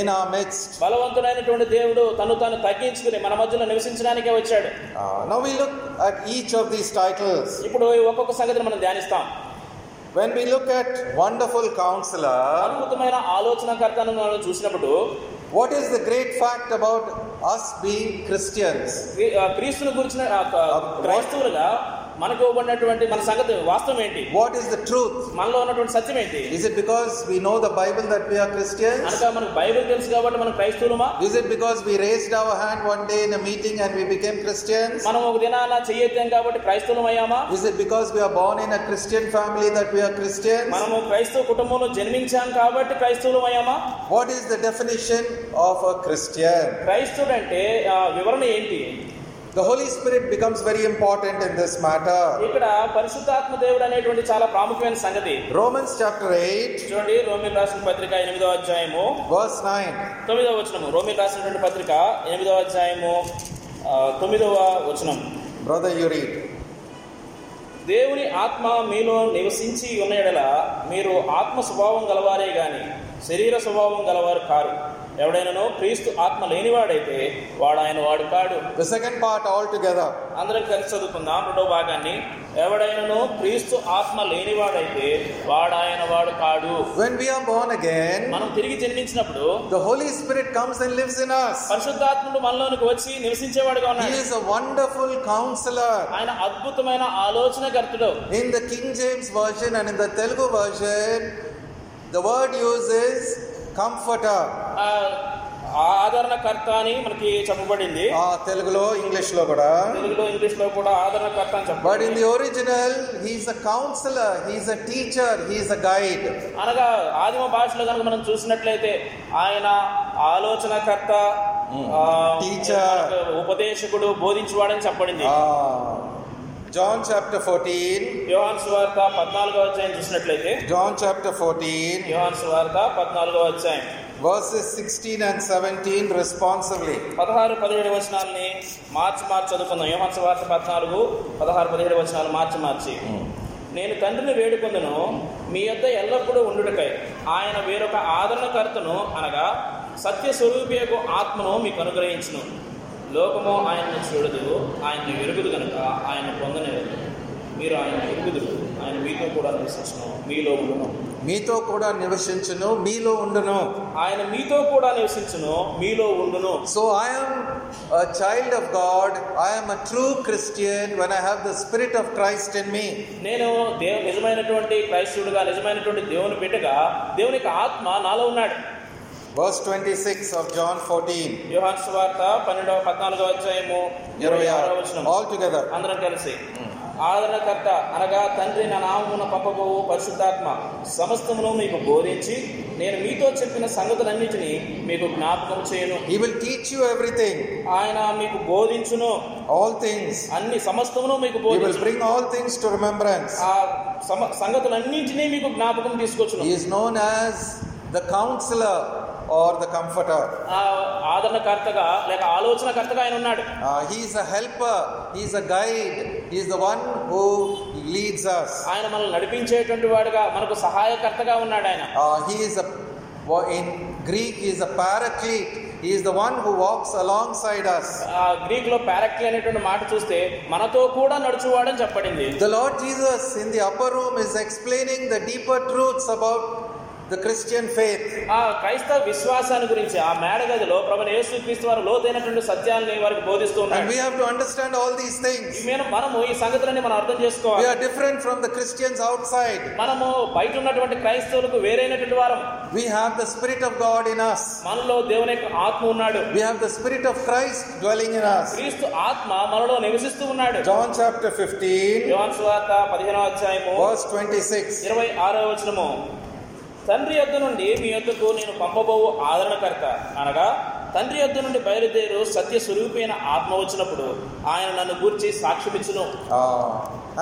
[SPEAKER 1] in our midst.
[SPEAKER 2] బలవంతుడైనటువంటి దేవుడు తను తాను తగ్గించుకుని మన మధ్యలో నివసించడానికే వచ్చాడు
[SPEAKER 1] Ah, now we look at each of these titles.
[SPEAKER 2] ఇప్పుడు ఈ ఒక్కొక్క సంగతిని మనం ధ్యానిస్తాం
[SPEAKER 1] When we look at Wonderful Counselor,
[SPEAKER 2] అద్భుతమైన ఆలోచనకర్తను మనం చూసినప్పుడు
[SPEAKER 1] What is the great fact about us being Christians?
[SPEAKER 2] క్రీ- ఆ క్రీస్తుని గురించిన ఆ క- క్రైస్తవులుగా మనకు ఇవ్వబడినటువంటి మన సంగతి వాస్తవం ఏంటి
[SPEAKER 1] What is the truth?
[SPEAKER 2] మనలో ఉన్నటువంటి సత్యం ఏంటి
[SPEAKER 1] Is it because we know the Bible that we are Christians?
[SPEAKER 2] అనగా మనకు బైబిల్ తెలుసు కాబట్టి మనం క్రైస్తవులమా
[SPEAKER 1] Is it because we raised our hand one day in a meeting and we became Christians?
[SPEAKER 2] మనం ఒక దినాన చెయ్యెత్తాం కాబట్టి క్రైస్తవులం అయ్యామా
[SPEAKER 1] Is it because we are born in a Christian family that we are Christians?
[SPEAKER 2] మనము క్రైస్తవ కుటుంబంలో జన్మించాం కాబట్టి క్రైస్తవులం అయ్యామా
[SPEAKER 1] What is the definition of a Christian?
[SPEAKER 2] క్రైస్తవుడు అంటే ఆ, వివరణ ఏంటి
[SPEAKER 1] The Holy Spirit becomes very important in this matter.
[SPEAKER 2] ఇక్కడ పరిశుద్ధాత్మ దేవుడు అనేటువంటి చాలా ప్రాముఖ్యమైన సంగతి
[SPEAKER 1] Romans chapter 8,
[SPEAKER 2] చూడండి రోమిల్ రాసిన పత్రిక ఎనిమిదవ అధ్యాయము
[SPEAKER 1] verse 9.
[SPEAKER 2] తొమ్మిదవ వచనము రోమిల్ రాసినటువంటి పత్రిక ఎనిమిదవ అధ్యాయము ఆ, తొమ్మిదవ వచనం
[SPEAKER 1] Brother, you read.
[SPEAKER 2] దేవుని ఆత్మ మీలో నివసించి ఉన్న ఎడల మీరు ఆత్మ స్వభావం గలవారే గాని శరీర స్వభావం గలవారు కారు ఎవడైనానో క్రీస్తు ఆత్మ లేనివాడైతే వాడు ఆయన వాడు కాడు
[SPEAKER 1] The second part altogether.
[SPEAKER 2] అందరం కలిసి చదువుకుందాం రెండో భాగాన్ని ఎవడైనానో క్రీస్తు ఆత్మ లేనివాడైతే వాడు ఆయన వాడు కాడు
[SPEAKER 1] When we are born again,
[SPEAKER 2] మనం తిరిగి జన్మించినప్పుడు
[SPEAKER 1] The Holy Spirit comes and lives in us.
[SPEAKER 2] పరిశుద్ధాత్ముడు మనలోనికి వచ్చి నివసించేవాడుగా
[SPEAKER 1] He
[SPEAKER 2] ఉన్నాడు
[SPEAKER 1] is a wonderful counselor.
[SPEAKER 2] ఆయన అద్భుతమైన ఆలోచనకర్తుడు
[SPEAKER 1] In the King James Version and in the Telugu Version, the word used is comforter.
[SPEAKER 2] ఆ, ఆదరణకర్త అని మనకి చెప్పబడింది
[SPEAKER 1] ఆ తెలుగులో ఇంగ్లీష్లో కూడా
[SPEAKER 2] తెలుగులో ఇంగ్లీష్ లో కూడా ఆదరణకర్త అని
[SPEAKER 1] బట్ ఇన్
[SPEAKER 2] చెప్పబడింది
[SPEAKER 1] the original he's a counsellor he's a teacher he's a guide
[SPEAKER 2] అనగా ఆదిమ భాషలో కనుక మనం చూసినట్లయితే ఆయన ఆలోచనకర్త ఆ,
[SPEAKER 1] Teacher.
[SPEAKER 2] మనకు ఉపదేశకుడు బోధించువాడని చెప్పబడింది
[SPEAKER 1] జాన్ చాప్టర్ ఫోర్టీన్
[SPEAKER 2] యోహాన్ సువార్త పద్నాలుగో అధ్యాయం చూసినట్లయితే
[SPEAKER 1] జాన్ చాప్టర్ ఫోర్టీన్
[SPEAKER 2] యోహాన్ సువార్త పద్నాలుగో అధ్యాయం
[SPEAKER 1] వర్సెస్ సిక్స్టీన్ అండ్ సెవెంటీన్ రెస్పాన్సివ్లీ
[SPEAKER 2] పదహారు పదిహేడు వచనాలని మార్చి మార్చి చదువుకుందాం యోహాన్ సువార్త పద్నాలుగు పదహారు పదిహేడు వచనాలు మార్చి మార్చి
[SPEAKER 1] Hmm.
[SPEAKER 2] నేను తండ్రిని వేడుకొందును మీ యొద్ద ఎల్లప్పుడూ ఉండుటకై ఆయన వేరొక ఆదరణకర్తను అనగా సత్య స్వరూపియకు ఆత్మను మీకు అనుగ్రహించును లోకము ఆయనను చూడదు ఆయన్ని వెరుగుదు కనుక ఆయన పొందలేదు మీరు ఆయన వెరుగుదురు ఆయన మీతో కూడా నివసించను మీలో ఉండను
[SPEAKER 1] మీతో కూడా నివసించును మీలో ఉండును
[SPEAKER 2] ఆయన మీతో కూడా నివసించును మీలో ఉండును
[SPEAKER 1] So I am a child of God. I am a true Christian when I have the Spirit of Christ in me.
[SPEAKER 2] నేను దేవ నిజమైనటువంటి క్రైస్తవుడుగా నిజమైనటువంటి దేవుని బిడ్డగా దేవుని యొక్క ఆత్మ నాలో ఉన్నాడు
[SPEAKER 1] Verse 26 of John 14.
[SPEAKER 2] యోహాన్ సువార్త పన్నెండవ పద్నాలుగవ అధ్యాయము ఇరవై ఆరవ
[SPEAKER 1] 26.
[SPEAKER 2] వచనం
[SPEAKER 1] All together.
[SPEAKER 2] అందరం కలిసి ఆదరణకర్త అనగా తండ్రి నా నామమున పంపబోవు పరిశుద్ధాత్మ సమస్తమును మీకు బోధించి నేను మీతో చెప్పిన సంగతులన్నిటినీ మీకు జ్ఞాపకం చేయను
[SPEAKER 1] He will teach you everything,
[SPEAKER 2] ఆయన మీకు బోధించును
[SPEAKER 1] all things.
[SPEAKER 2] అన్ని సమస్తమును మీకు
[SPEAKER 1] He will
[SPEAKER 2] బోధించును
[SPEAKER 1] bring all things to remembrance.
[SPEAKER 2] ఆ సమ- సంగతులన్నింటినీ మీకు జ్ఞాపకం తీసుకొచ్చును
[SPEAKER 1] He is known as the counselor or the comforter.
[SPEAKER 2] ఆ ఆదరణకర్తగా లేక ఆలోచనకర్తగా ఆయన ఉన్నాడు
[SPEAKER 1] Uh, he is a helper, he is a guide, he is the one who leads us.
[SPEAKER 2] ఆయన మనల్ని నడిపించేటువంటి వాడుగా మనకు సహాయకర్తగా ఉన్నాడు ఆయన
[SPEAKER 1] Uh, he is a in Greek he is a paraclete. He is the one who walks alongside us.
[SPEAKER 2] ఆ Greek లో ప్యారక్లీ అనేటువంటి మాట చూస్తే మనతో కూడా నడుచువాడని చెప్పబడింది
[SPEAKER 1] The Lord Jesus in the upper room is explaining the deeper truths about the Christian faith.
[SPEAKER 2] ఆ క్రైస్తవ విశ్వాసాన్ని గురించి ఆ మేడగదిలో ప్రభు యేసు క్రీస్తు వారు లోతైనటువంటి సత్యాలని వారికి బోధిస్తూ
[SPEAKER 1] And
[SPEAKER 2] ఉన్నారు
[SPEAKER 1] we have to understand all these
[SPEAKER 2] ఈ
[SPEAKER 1] things.
[SPEAKER 2] మీద మనము ఈ సంగతులన్నీ మనం అర్థం
[SPEAKER 1] We
[SPEAKER 2] చేసుకోవాలి
[SPEAKER 1] are different from the Christians outside.
[SPEAKER 2] మనము బయట ఉన్నటువంటి క్రైస్తవులకు వేరైనటువంటి వారం
[SPEAKER 1] We have the Spirit of God in us.
[SPEAKER 2] మనలో దేవుని యొక్క ఆత్మ ఉన్నాడు
[SPEAKER 1] We have the Spirit of Christ dwelling in us.
[SPEAKER 2] క్రీస్తు ఆత్మ మనలో నివసిస్తూ ఉన్నాడు
[SPEAKER 1] John chapter 15,
[SPEAKER 2] యోహాన్ సువార్త పదిహేనో అధ్యాయము
[SPEAKER 1] verse 26.
[SPEAKER 2] ఇరవై ఆరో వచనము తండ్రి యొద్ద నుండి మీ యొద్దకు నేను పంపబోవు ఆదరణకర్త అనగా తండ్రి యొద్ద నుండి బయలుదేరు సత్య స్వరూపైన ఆత్మ వచ్చినప్పుడు ఆయన నన్ను గూర్చి సాక్ష్యమిచ్చును
[SPEAKER 1] Uh,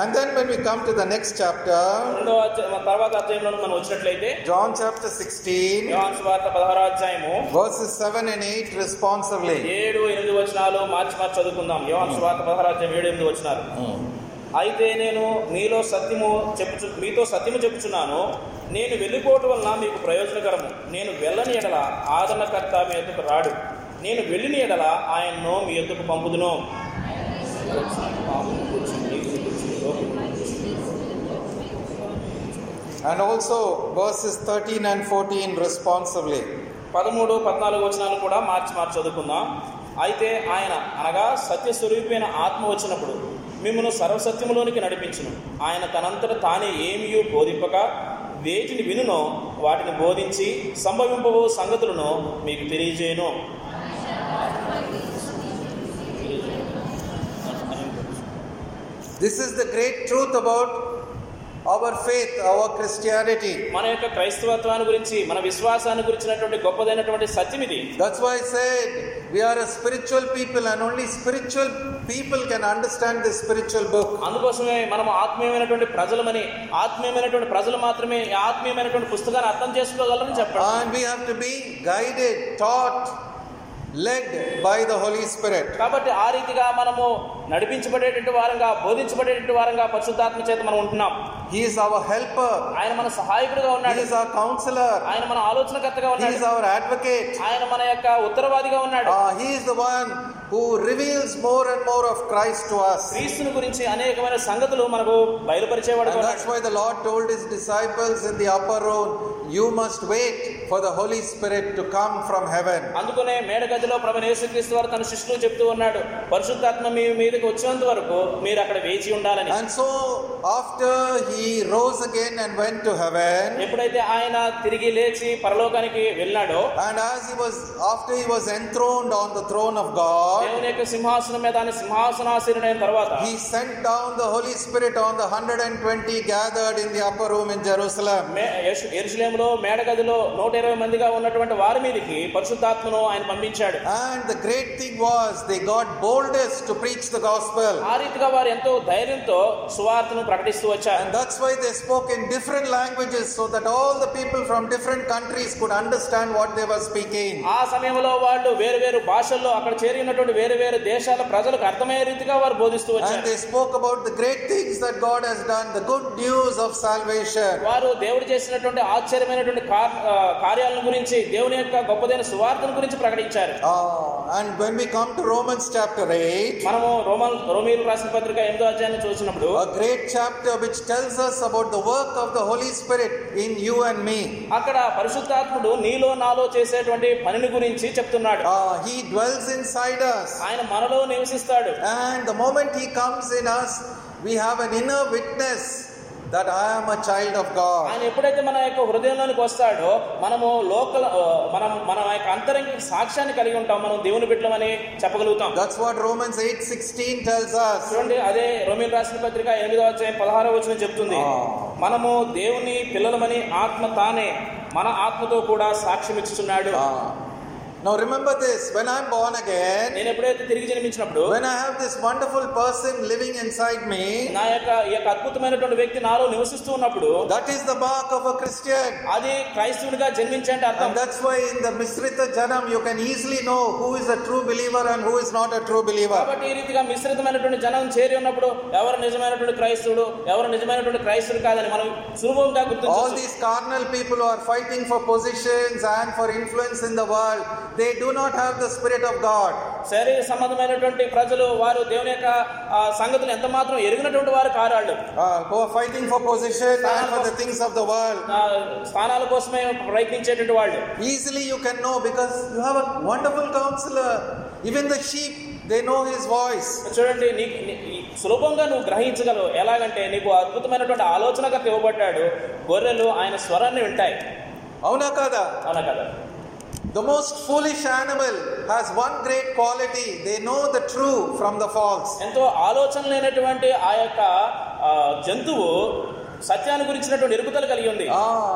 [SPEAKER 1] and then when we come to the next chapter,
[SPEAKER 2] రెండవ అధ్యాయం- తర్వాత అధ్యాయంలో మనం వచ్చినట్లయితే
[SPEAKER 1] John chapter 16,
[SPEAKER 2] యోహాన్ సువార్త పదహారో అధ్యాయము
[SPEAKER 1] verses 7 and 8 responsively.
[SPEAKER 2] ఏడు ఎనిమిది వచనాలు మార్చి మార్చి చదువుకుందాం యోహాన్ సువార్త పదహారో అధ్యాయం ఏడు ఎనిమిది వచనాలు అయితే నేను మీలో సత్యము చెప్పుచు మీతో సత్యము చెప్పుచున్నాను నేను వెళ్ళిపోవటం వలన మీకు ప్రయోజనకరము నేను వెళ్ళని ఎడల ఆదరణకర్త మీ ఎద్దకు రాడు నేను వెళ్ళిన ఎడల ఆయన్ను మీ ఎద్దకు పంపుదును
[SPEAKER 1] And also verses 13 and 14 responsively.
[SPEAKER 2] పదమూడు పద్నాలుగు వచనాలు కూడా మార్చి మార్చి చదువుకుందాం అయితే ఆయన అనగా సత్య స్వరూపైన ఆత్మ వచ్చినప్పుడు మిమ్మల్ని సర్వసత్యములోనికి నడిపించును ఆయన తనంతట తానే ఏమియూ బోధింపక వేటిని వినునో వాటిని బోధించి సంభవింపబో సంగతులను మీకు తెలియజేయను
[SPEAKER 1] This is the great truth about our faith, our Christianity.
[SPEAKER 2] మన యొక్క క్రైస్తవత్వాన్ని గురించి మన విశ్వాసాన్ని గురించినటువంటి గొప్పదైనటువంటి సత్యం ఇది
[SPEAKER 1] That's why I said we are a spiritual people, and only spiritual people can understand this spiritual book.
[SPEAKER 2] అందుకోసమే మనం ఆత్మీయమైనటువంటి ప్రజలమని ఆత్మీయమైనటువంటి ప్రజలు మాత్రమే ఈ ఆత్మీయమైనటువంటి పుస్తకాన్ని అర్థం చేసుకోగలరని చెప్పండి
[SPEAKER 1] And we have to be guided, taught, led by the Holy Spirit.
[SPEAKER 2] కాబట్టి ఆ రీతిగా మనము నడిపించబడేటువంటి వారంగా బోధించబడేటువంటి వారంగా పరిశుద్ధాత్మ చేత మనం ఉంటున్నాం
[SPEAKER 1] He is our helper,
[SPEAKER 2] ఆయన మన సహాయకుడిగా
[SPEAKER 1] He
[SPEAKER 2] ఉన్నాడు
[SPEAKER 1] is our counselor,
[SPEAKER 2] ఆయన మన ఆలోచనకర్తగా
[SPEAKER 1] He
[SPEAKER 2] ఉన్నాడు
[SPEAKER 1] is our advocate.
[SPEAKER 2] ఆయన మన యొక్క ఉత్తరవాదిగా ఉన్నాడు
[SPEAKER 1] Uh, he is the one who reveals more and more of Christ to us.
[SPEAKER 2] క్రీస్తుని గురించి అనేకమైన సంగతులు మనకు బయలుపరిచేవాడు
[SPEAKER 1] And that's why the Lord told his disciples in the upper room, You must wait for the Holy Spirit to come from heaven.
[SPEAKER 2] అందుకనే మేడగదిలో ప్రభు యేసుక్రీస్తు వారు తన శిష్యులు చెప్తూ ఉన్నాడు పరిశుద్ధాత్మ మీ మీదకి వచ్చేంత వరకు మీరు అక్కడ వేచి ఉండాలని
[SPEAKER 1] And so, after he rose again and went to heaven,
[SPEAKER 2] ఎప్పుడైతే ఆయన తిరిగి లేచి పరలోకానికి వెళ్ళాడో
[SPEAKER 1] and as he was, after he was enthroned on the throne of God,
[SPEAKER 2] దేవుని యొక్క సింహాసనం మీద ఆయన సింహాసనాసీనుడైన తర్వాత
[SPEAKER 1] he sent down the Holy Spirit on the 120 gathered in the upper room in Jerusalem.
[SPEAKER 2] మే- యెషు- యెరూషలేములో మేడగదిలో నూట ఇరవై మందిగా ఉన్నటువంటి వారి మీదకి పరిశుద్ధాత్మను ఆయన పంపించాడు
[SPEAKER 1] And the great thing was, they got boldest to preach the gospel.
[SPEAKER 2] ఆ రీతిగా వారు ఎంతో ధైర్యంతో సువార్తను ప్రకటిస్తూ వచ్చారు
[SPEAKER 1] And thus That's why they spoke in different languages so that all the people from different countries could understand what they were speaking.
[SPEAKER 2] ఆ సమయంలో వాళ్ళు వేరు వేరు భాషల్లో అక్కడ చేరి ఉన్నటువంటి వేరు వేరు దేశాల ప్రజలకు అర్థమయ్యే రీతిగా వారు బోధిస్తూ
[SPEAKER 1] And
[SPEAKER 2] వచ్చారు
[SPEAKER 1] they spoke about the great things that God has done, the good news of salvation.
[SPEAKER 2] వారు దేవుడు చేసినటువంటి ఆశ్చర్యమైనటువంటి కార్- ఆ, కార్యాలను గురించి దేవుని యొక్క గొప్పదైన సువార్తను గురించి ప్రకటించారు
[SPEAKER 1] Ah, and when we come to Romans chapter 8,
[SPEAKER 2] మనము రోమన్ రోమిలు రాసిన పత్రిక ఎనిమిదో అధ్యాయాన్ని చూసినప్పుడు
[SPEAKER 1] a great chapter which tells us about the work of the Holy Spirit in you and me.
[SPEAKER 2] అక్కడ పరిశుద్ధాత్ముడు నీలో నాలో చేసేటువంటి పనిని గురించి చెప్తున్నాడు
[SPEAKER 1] Ah, he dwells inside us.
[SPEAKER 2] ఆయన మనలో నివసిస్తాడు
[SPEAKER 1] And the moment He comes in us, we have an inner witness that I am a child of God.
[SPEAKER 2] ఆయన ఎప్పుడైతే మన యొక్క హృదయంలోనికి వస్తాడో మనము లోకల్ ఆ, మనం మన యొక్క అంతరంగిక సాక్ష్యాన్ని కలిగి ఉంటాం మనం దేవుని బిడ్డలమని చెప్పగలుగుతాం
[SPEAKER 1] That's what Romans 8:16 tells us.
[SPEAKER 2] చూడండి అదే రోమిల్ రాసిన పత్రిక ఎనిమిదో అధ్యాయం పదహారో వచనం చెప్తుంది
[SPEAKER 1] ఆ.
[SPEAKER 2] మనము దేవుని పిల్లలమని ఆత్మ తానే మన ఆత్మతో కూడా సాక్ష్యం ఇస్తున్నాడు
[SPEAKER 1] Ah. Now remember this when I'm born again,
[SPEAKER 2] నేను ఎప్పుడైతే తిరిగి జన్మించినప్పుడు
[SPEAKER 1] when I have this wonderful person living inside me,
[SPEAKER 2] నా యొక్క ఈ యొక్క అద్భుతమైనటువంటి వ్యక్తి నాలో నివసిస్తూ ఉన్నప్పుడు
[SPEAKER 1] that is the mark of a Christian.
[SPEAKER 2] అది క్రైస్తవునిగా జన్మించంటే అర్థం
[SPEAKER 1] And that's why in the Misrita Janam you can easily know who is a true believer and who is not a true believer.
[SPEAKER 2] కాబట్టి ఈ రీతిగా మిశ్రితమైనటువంటి జనం చేరి ఉన్నప్పుడు ఎవరు నిజమైనటువంటి క్రైస్తవుడు ఎవరు నిజమైనటువంటి క్రైస్తవుడు కాదని మనం సులభంగా
[SPEAKER 1] All
[SPEAKER 2] గుర్తించవచ్చు
[SPEAKER 1] these carnal people who are fighting for positions and for influence in the world, they do not have the Spirit of God.
[SPEAKER 2] శరీర సంబంధమైనటువంటి ప్రజలు వారు దేవుని యొక్క ఆ, సంగతులు ఎంత మాత్రం ఎరిగినటువంటి వారు కారు వాళ్ళు
[SPEAKER 1] Uh, who are fighting for position and for the things of the world.
[SPEAKER 2] ఆ, స్థానాల కోసమే ప్రయత్నించేటువంటి వాళ్ళు
[SPEAKER 1] Easily you can know because you have a wonderful counselor. Even the sheep, they know his voice.
[SPEAKER 2] చూడండి నీకు నీ- ఈ సులభంగా నువ్వు గ్రహించగలవు ఎలాగంటే నీకు అద్భుతమైనటువంటి ఆలోచనకర్త ఇవ్వబడ్డాడు గొర్రెలు ఆయన స్వరాన్ని వింటాయి
[SPEAKER 1] అవునా కాదా?
[SPEAKER 2] అవునా కదా
[SPEAKER 1] The most foolish animal has one great quality they know the true from the false.
[SPEAKER 2] ఎంతో ఆలోచన లేనటువంటి ఆ యొక్క ఆ, జంతువు సత్యాన్ని గురించినటువంటి ఎరుగుదలు కలిగి ఉంది
[SPEAKER 1] Ah,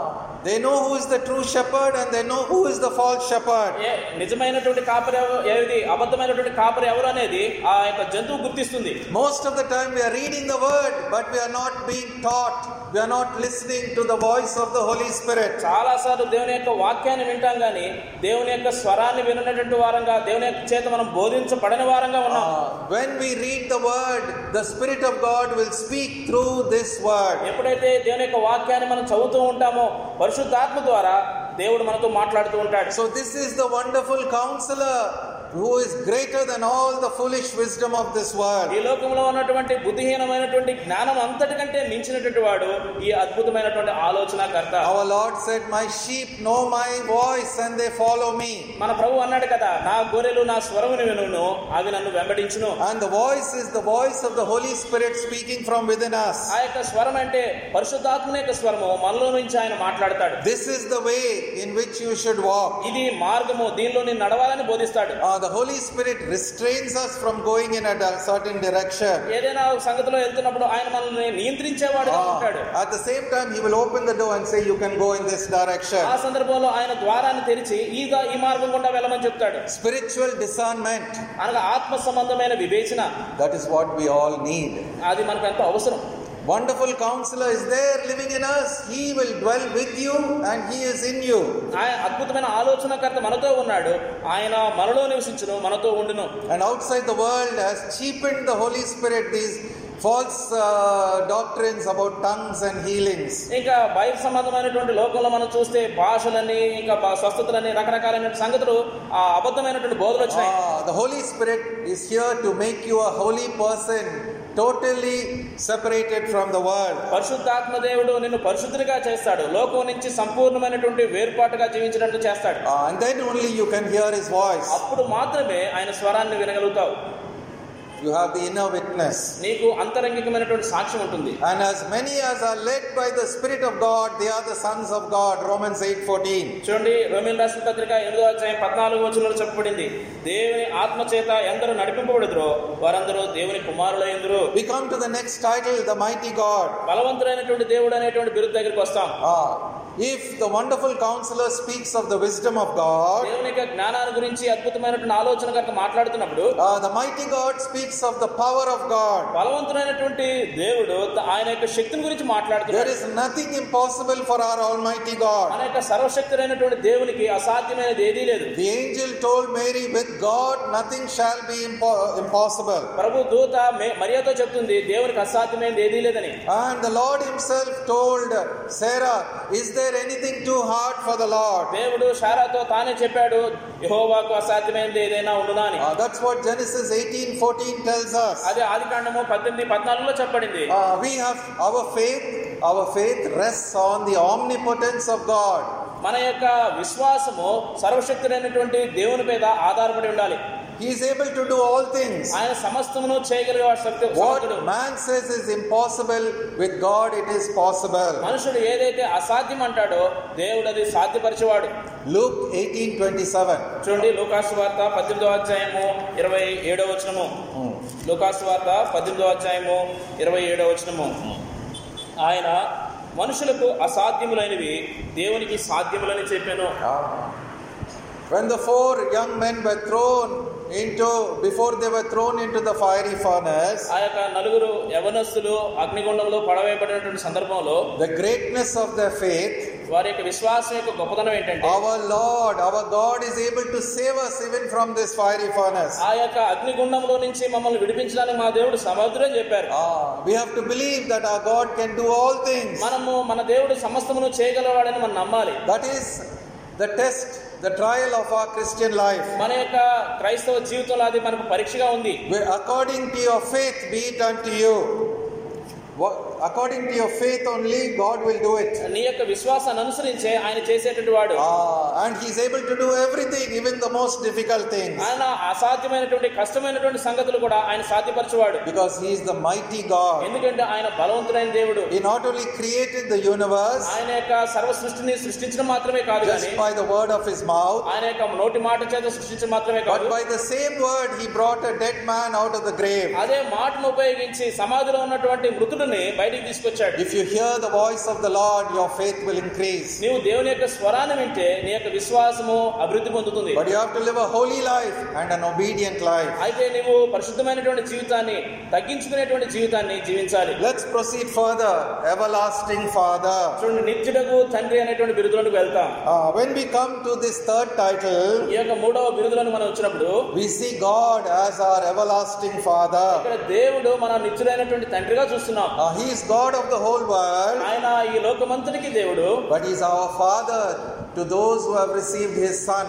[SPEAKER 1] they know who is the true shepherd and they know who is the false shepherd.
[SPEAKER 2] ఏ నిజమైనటువంటి కాపరి ఎవ- ఏది అబద్ధమైనటువంటి కాపరి ఎవరు అనేది ఆ యొక్క జంతువు గుర్తిస్తుంది
[SPEAKER 1] Most of the time we are reading the word, but we are not being taught. We are not listening to the voice of the Holy Spirit.
[SPEAKER 2] చాలాసార్లు దేవుని యొక్క వాక్యాన్ని వింటాం కానీ దేవుని యొక్క స్వరాన్ని వినటువంటి వారంగా దేవుని యొక్క చేత మనం బోధించబడని వారంగా ఉన్నాం
[SPEAKER 1] Ah, when we read the word, the Spirit of God will speak through this word.
[SPEAKER 2] ఎప్పుడైతే దేవుని యొక్క వాక్యాన్ని మనం చదువుతూ ఉంటామో పరిశుద్ధాత్మ ద్వారా దేవుడు మనతో మాట్లాడుతూ ఉంటాడు so
[SPEAKER 1] So, this is the wonderful counselor who is greater than all the foolish wisdom of this world.
[SPEAKER 2] ఈ లోకంలో ఉన్నటువంటి బుద్ధిహీనమైనటువంటి జ్ఞానం అంతటికంటే మించినటువంటి వాడు ఈ అద్భుతమైనటువంటి ఆలోచనకర్త
[SPEAKER 1] Our Lord said, My sheep know my voice and they follow me.
[SPEAKER 2] మన ప్రభు అన్నాడు కదా నా గొర్రెలు నా స్వరమును వినును అవి నన్ను వెంబడించును
[SPEAKER 1] And the voice is the voice of the Holy Spirit speaking from within us.
[SPEAKER 2] ఆ యొక్క స్వరం అంటే పరిశుద్ధాత్మ యొక్క స్వరము మనలో నుంచి ఆయన మాట్లాడతాడు
[SPEAKER 1] This is the way in which you should walk.
[SPEAKER 2] ఇది మార్గము దీనిలో నేను నడవాలని బోధిస్తాడు
[SPEAKER 1] Uh, the Holy Spirit restrains us from going in a di- certain direction.
[SPEAKER 2] ఏదైనా ఒక సంగతిలో వెళ్తున్నప్పుడు ఆయన మనల్ని నియంత్రించేవాడుగా
[SPEAKER 1] Uh,
[SPEAKER 2] ఉంటాడు
[SPEAKER 1] at the same time, He will open the door and say, You can go in this direction.
[SPEAKER 2] ఆ సందర్భంలో ఆయన ద్వారాన్ని తెరిచి ఈ దా- ఈ మార్గం గుండా వెళ్ళమని చెప్తాడు
[SPEAKER 1] Spiritual discernment.
[SPEAKER 2] అనగా ఆత్మ సంబంధమైన వివేచన
[SPEAKER 1] That is what we all need.
[SPEAKER 2] అది మనకు ఎంతో అవసరం
[SPEAKER 1] Wonderful counselor is there living in us. He will dwell with you and He is in you.
[SPEAKER 2] ఆయన అద్భుతమైన ఆలోచనకర్త మనతో ఉన్నాడు ఆయన మనలో నివసించును మనతో ఉండును
[SPEAKER 1] And outside the world has cheapened the Holy Spirit these false uh, doctrines about tongues and healings.
[SPEAKER 2] ఇంకా బయట సంబంధమైనటువంటి లోకంలో మనం చూస్తే భాషలని ఇంకా బా- స్వస్థతలని రకరకాలైన సంగతులు ఆ అబద్ధమైనటువంటి బోధలు వచ్చినాయి
[SPEAKER 1] Ah, the Holy Spirit is here to make you a holy person, totally separated from the world.
[SPEAKER 2] పరిశుద్ధాత్మ దేవుడు నిన్ను పరిశుద్ధుడిగా చేస్తాడు లోకం నుంచి సంపూర్ణమైనటువంటి వేర్పాటుగా జీవించినట్లు చేస్తాడు
[SPEAKER 1] Ah, and then only you can hear His voice.
[SPEAKER 2] అప్పుడు మాత్రమే ఆయన స్వరాన్ని వినగలుగుతావు
[SPEAKER 1] You have the inner witness.
[SPEAKER 2] నీకు అంతరంగికమైనటువంటి సాక్ష్యం ఉంటుంది
[SPEAKER 1] And as many as are led by the Spirit of God, they are the sons of God. Romans 8:14.
[SPEAKER 2] చూడండి రోమిన్ రాసిన పత్రిక ఎనిమిదో అధ్యాయం పద్నాలుగు వచనంలో చెప్పబడింది దేవుని ఆత్మ చేత ఎందరూ నడిపింపబడుదురో వారందరూ దేవుని కుమారులైందరు
[SPEAKER 1] We come to the next title, the mighty God.
[SPEAKER 2] బలవంతుడైనటువంటి దేవుడు అనేటువంటి బిరుదు దగ్గరికి వస్తాం
[SPEAKER 1] Ah, if the wonderful counselor speaks of the wisdom of God,
[SPEAKER 2] దేవుని యొక్క జ్ఞానాన్ని గురించి అద్భుతమైనటువంటి ఆలోచన కనుక మాట్లాడుతున్నప్పుడు
[SPEAKER 1] ah, the mighty God speaks speaks of the power of God.
[SPEAKER 2] బలవంతుడైనటువంటి దేవుడు త- ఆయన యొక్క శక్తిని గురించి
[SPEAKER 1] There
[SPEAKER 2] మాట్లాడుతున్నాడు
[SPEAKER 1] is nothing impossible for our Almighty
[SPEAKER 2] ఆయన
[SPEAKER 1] God.
[SPEAKER 2] యొక్క సర్వశక్తుడైనటువంటి దేవునికి అసాధ్యమైనది ఏదీ లేదు
[SPEAKER 1] The angel told Mary, With God, nothing shall be impo- impossible.
[SPEAKER 2] ప్రభు దూత మే- మరియతో చెప్తుంది దేవునికి అసాధ్యమైనది ఏదీ లేదని
[SPEAKER 1] And the Lord Himself told Sarah, Is there anything too hard for the Lord?
[SPEAKER 2] దేవుడు శారాతో తానే చెప్పాడు యహోవాకు అసాధ్యమైనది ఏదైనా ఉండునా అని
[SPEAKER 1] Uh, that's what Genesis 18 14 tells us.
[SPEAKER 2] అది ఆది కాండము పద్దెనిమిది పద్నాలుగులో చెప్పబడింది
[SPEAKER 1] Uh, we have our faith, our faith rests on the omnipotence of God.
[SPEAKER 2] మన యొక్క విశ్వాసము సర్వశక్తుడైనటువంటి దేవుని మీద ఆధారపడి ఉండాలి
[SPEAKER 1] He is able to do all things.
[SPEAKER 2] ఆయన సమస్తమును చేయగలిగేవాడు శక్తి సమర్థుడు.
[SPEAKER 1] What man says is impossible, with God it is possible.
[SPEAKER 2] మనుషుడు ఏదైతే అసాధ్యం అంటాడో దేవుడు అది సాధ్యపరిచేవాడు
[SPEAKER 1] Luke 18 27.
[SPEAKER 2] చూడండి లూకాసు వార్త పద్దెనిమిదో అధ్యాయము ఇరవై ఏడో వచనము
[SPEAKER 1] Hmm.
[SPEAKER 2] లూకాసు వార్త పద్దెనిమిదో అధ్యాయము ఇరవై ఏడో వచనము ఆయన మనుషులకు అసాధ్యములైనవి దేవునికి సాధ్యములని చెప్పాను
[SPEAKER 1] Ah. When the four young men were thrown into, before they were thrown into the fiery furnace,
[SPEAKER 2] ఆ యొక్క నలుగురు యవనస్తులు అగ్నిగుండంలో పడవేయబడినటువంటి సందర్భంలో
[SPEAKER 1] the greatness of their faith,
[SPEAKER 2] వారి యొక్క విశ్వాసం యొక్క గొప్పతనం ఏంటంటే
[SPEAKER 1] our Lord, our God is able to save us even from this fiery furnace.
[SPEAKER 2] ఆ యొక్క అగ్నిగుండంలో నుంచి మమ్మల్ని విడిపించడానికి మా దేవుడు సమర్థుడని చెప్పారు
[SPEAKER 1] Ah, we have to believe that our God can do all things.
[SPEAKER 2] మనము మన దేవుడు సమస్తమును చేయగలవాడని మనం నమ్మాలి
[SPEAKER 1] That is the test, the trial of our Christian life.
[SPEAKER 2] మన యొక్క క్రైస్తవ జీవితంలో అది మనకు పరీక్షగా ఉంది
[SPEAKER 1] Where according to your faith be it unto you. What, according to your faith only, God will do it.
[SPEAKER 2] నీ యొక్క విశ్వాసాన్ని అనుసరించే ఆయన చేసేటువంటి వాడు
[SPEAKER 1] Ah, and He's able to do everything, even the most difficult things.
[SPEAKER 2] ఆయన అసాధ్యమైనటువంటి కష్టమైనటువంటి సంగతులు కూడా ఆయన సాధ్యపరచువాడు
[SPEAKER 1] Because He is the mighty God.
[SPEAKER 2] ఎందుకంటే ఆయన బలవంతుడైన దేవుడు
[SPEAKER 1] He not only created the universe
[SPEAKER 2] ఆయన యొక్క సర్వ సృష్టిని సృష్టించడం మాత్రమే కాదు కానీ
[SPEAKER 1] just by the word of His mouth,
[SPEAKER 2] ఆయన యొక్క నోటి మాట చేత సృష్టించడం మాత్రమే కాదు
[SPEAKER 1] but by the same word, He brought a dead man out of the grave.
[SPEAKER 2] అదే మాటను ఉపయోగించి సమాధిలో ఉన్నటువంటి మృతుడిని బయటికి తీసుకొచ్చాడు
[SPEAKER 1] If you hear the voice of the Lord, your faith will increase.
[SPEAKER 2] నీవు దేవుని యొక్క స్వరాన్ని వింటే నీ యొక్క విశ్వాసము అభివృద్ధి పొందుతుంది
[SPEAKER 1] But you have to live a holy life and an obedient life.
[SPEAKER 2] అయితే నీవు పరిశుద్ధమైనటువంటి జీవితాన్ని తగ్గించుకునేటువంటి జీవితాన్ని జీవించాలి
[SPEAKER 1] Let's proceed further. Everlasting Father.
[SPEAKER 2] చూడండి నిత్యుడకు తండ్రి అనేటువంటి బిరుదులకు వెళ్తాం
[SPEAKER 1] Uh, when we come to this third title,
[SPEAKER 2] ఈ యొక్క మూడవ బిరుదులను మనం వచ్చినప్పుడు
[SPEAKER 1] we see God as our everlasting Father.
[SPEAKER 2] ఇక్కడ దేవుడు మన నిత్యుడైనటువంటి తండ్రిగా చూస్తున్నాం
[SPEAKER 1] Uh, he is God of the whole world,
[SPEAKER 2] ఆయన ఈ లోకమంతటికి దేవుడు
[SPEAKER 1] but He is our Father to those who have received His Son.